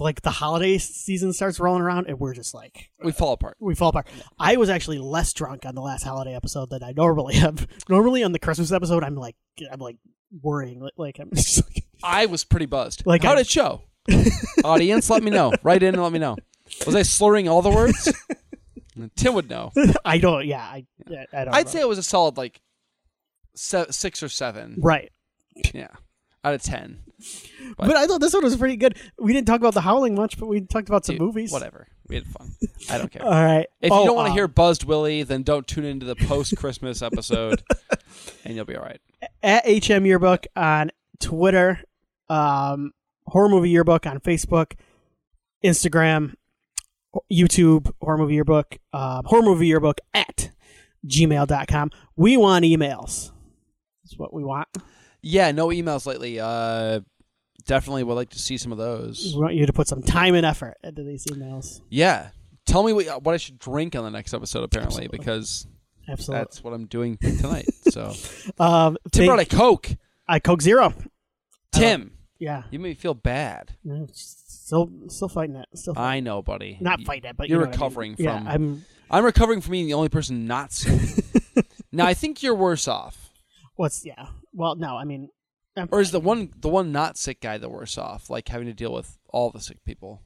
like the holiday season starts rolling around, and we're just like
we fall apart.
we fall apart. I was actually less drunk on the last holiday episode than I normally am. [LAUGHS] Normally on the Christmas episode, I'm like I'm like worrying, like, like I'm just like,
I was pretty buzzed.
Like
how
I-
did it
[LAUGHS]
show? Audience, let me know. Write in and let me know. Was I slurring all the
[LAUGHS]
words? Tim would know.
I don't. Yeah, I I don't.
I'd
know.
say it was a solid like se- six or seven.
right. [LAUGHS]
Yeah. Out of 10. But-
But, I thought this one was pretty good. We didn't talk about the howling much, but we talked about some
Dude,
movies.
Whatever. We had fun. I
[LAUGHS]
don't care.
All right.
if
Oh,
you don't want to
um,
hear Buzzed Willie, then don't tune into the post Christmas
[LAUGHS]
episode and you'll be all right.
at HM Yearbook on Twitter, um, Horror Movie Yearbook on Facebook, Instagram, YouTube, Horror Movie Yearbook, um, Horror Movie Yearbook at gmail.com. We want emails. That's what we want.
Yeah, no emails lately. Uh, definitely would like to see some of
We
those.
want you to put some time and effort into these emails.
Yeah, tell me what, what I should drink on the next episode. Apparently,
Absolutely.
because
Absolutely.
that's what I'm doing tonight.
[LAUGHS]
so
um,
Tim
big-
brought a Coke.
I Coke Zero.
Tim,
Yeah.
you made me feel bad.
No, Still, still fighting it. Still fighting
I know, buddy.
not
You-
fighting it, but you
Uh, You're
know what I mean.
recovering from.
Yeah, I'm.
I'm recovering from being the only person not sick.
[LAUGHS]
now I think you're worse off,
What's yeah? Well, no, I mean, I'm
or is
fine.
the one the one not sick guy the worse off? Like having to deal with all the sick people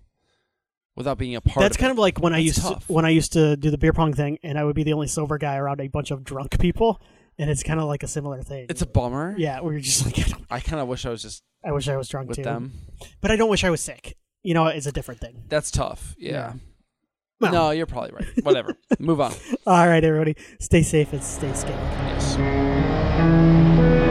without being a part.
that's
of
kind of like when I
That's
used to,
tough.
when I used to do the beer pong thing, and I would be the only sober guy around a bunch of drunk people, and it's kind of like a similar thing.
it. It's a bummer.
yeah, where you're just like, [LAUGHS] I, don't,
I kind of wish I was just
I wish I was drunk
with
too,
them.
but I don't wish I was sick. You know, it's a different thing. [LAUGHS]
That's tough. Yeah.
Well.
No, you're probably right.
[LAUGHS]
Whatever. Move on.
All right, everybody, stay safe and stay scared.
Yes.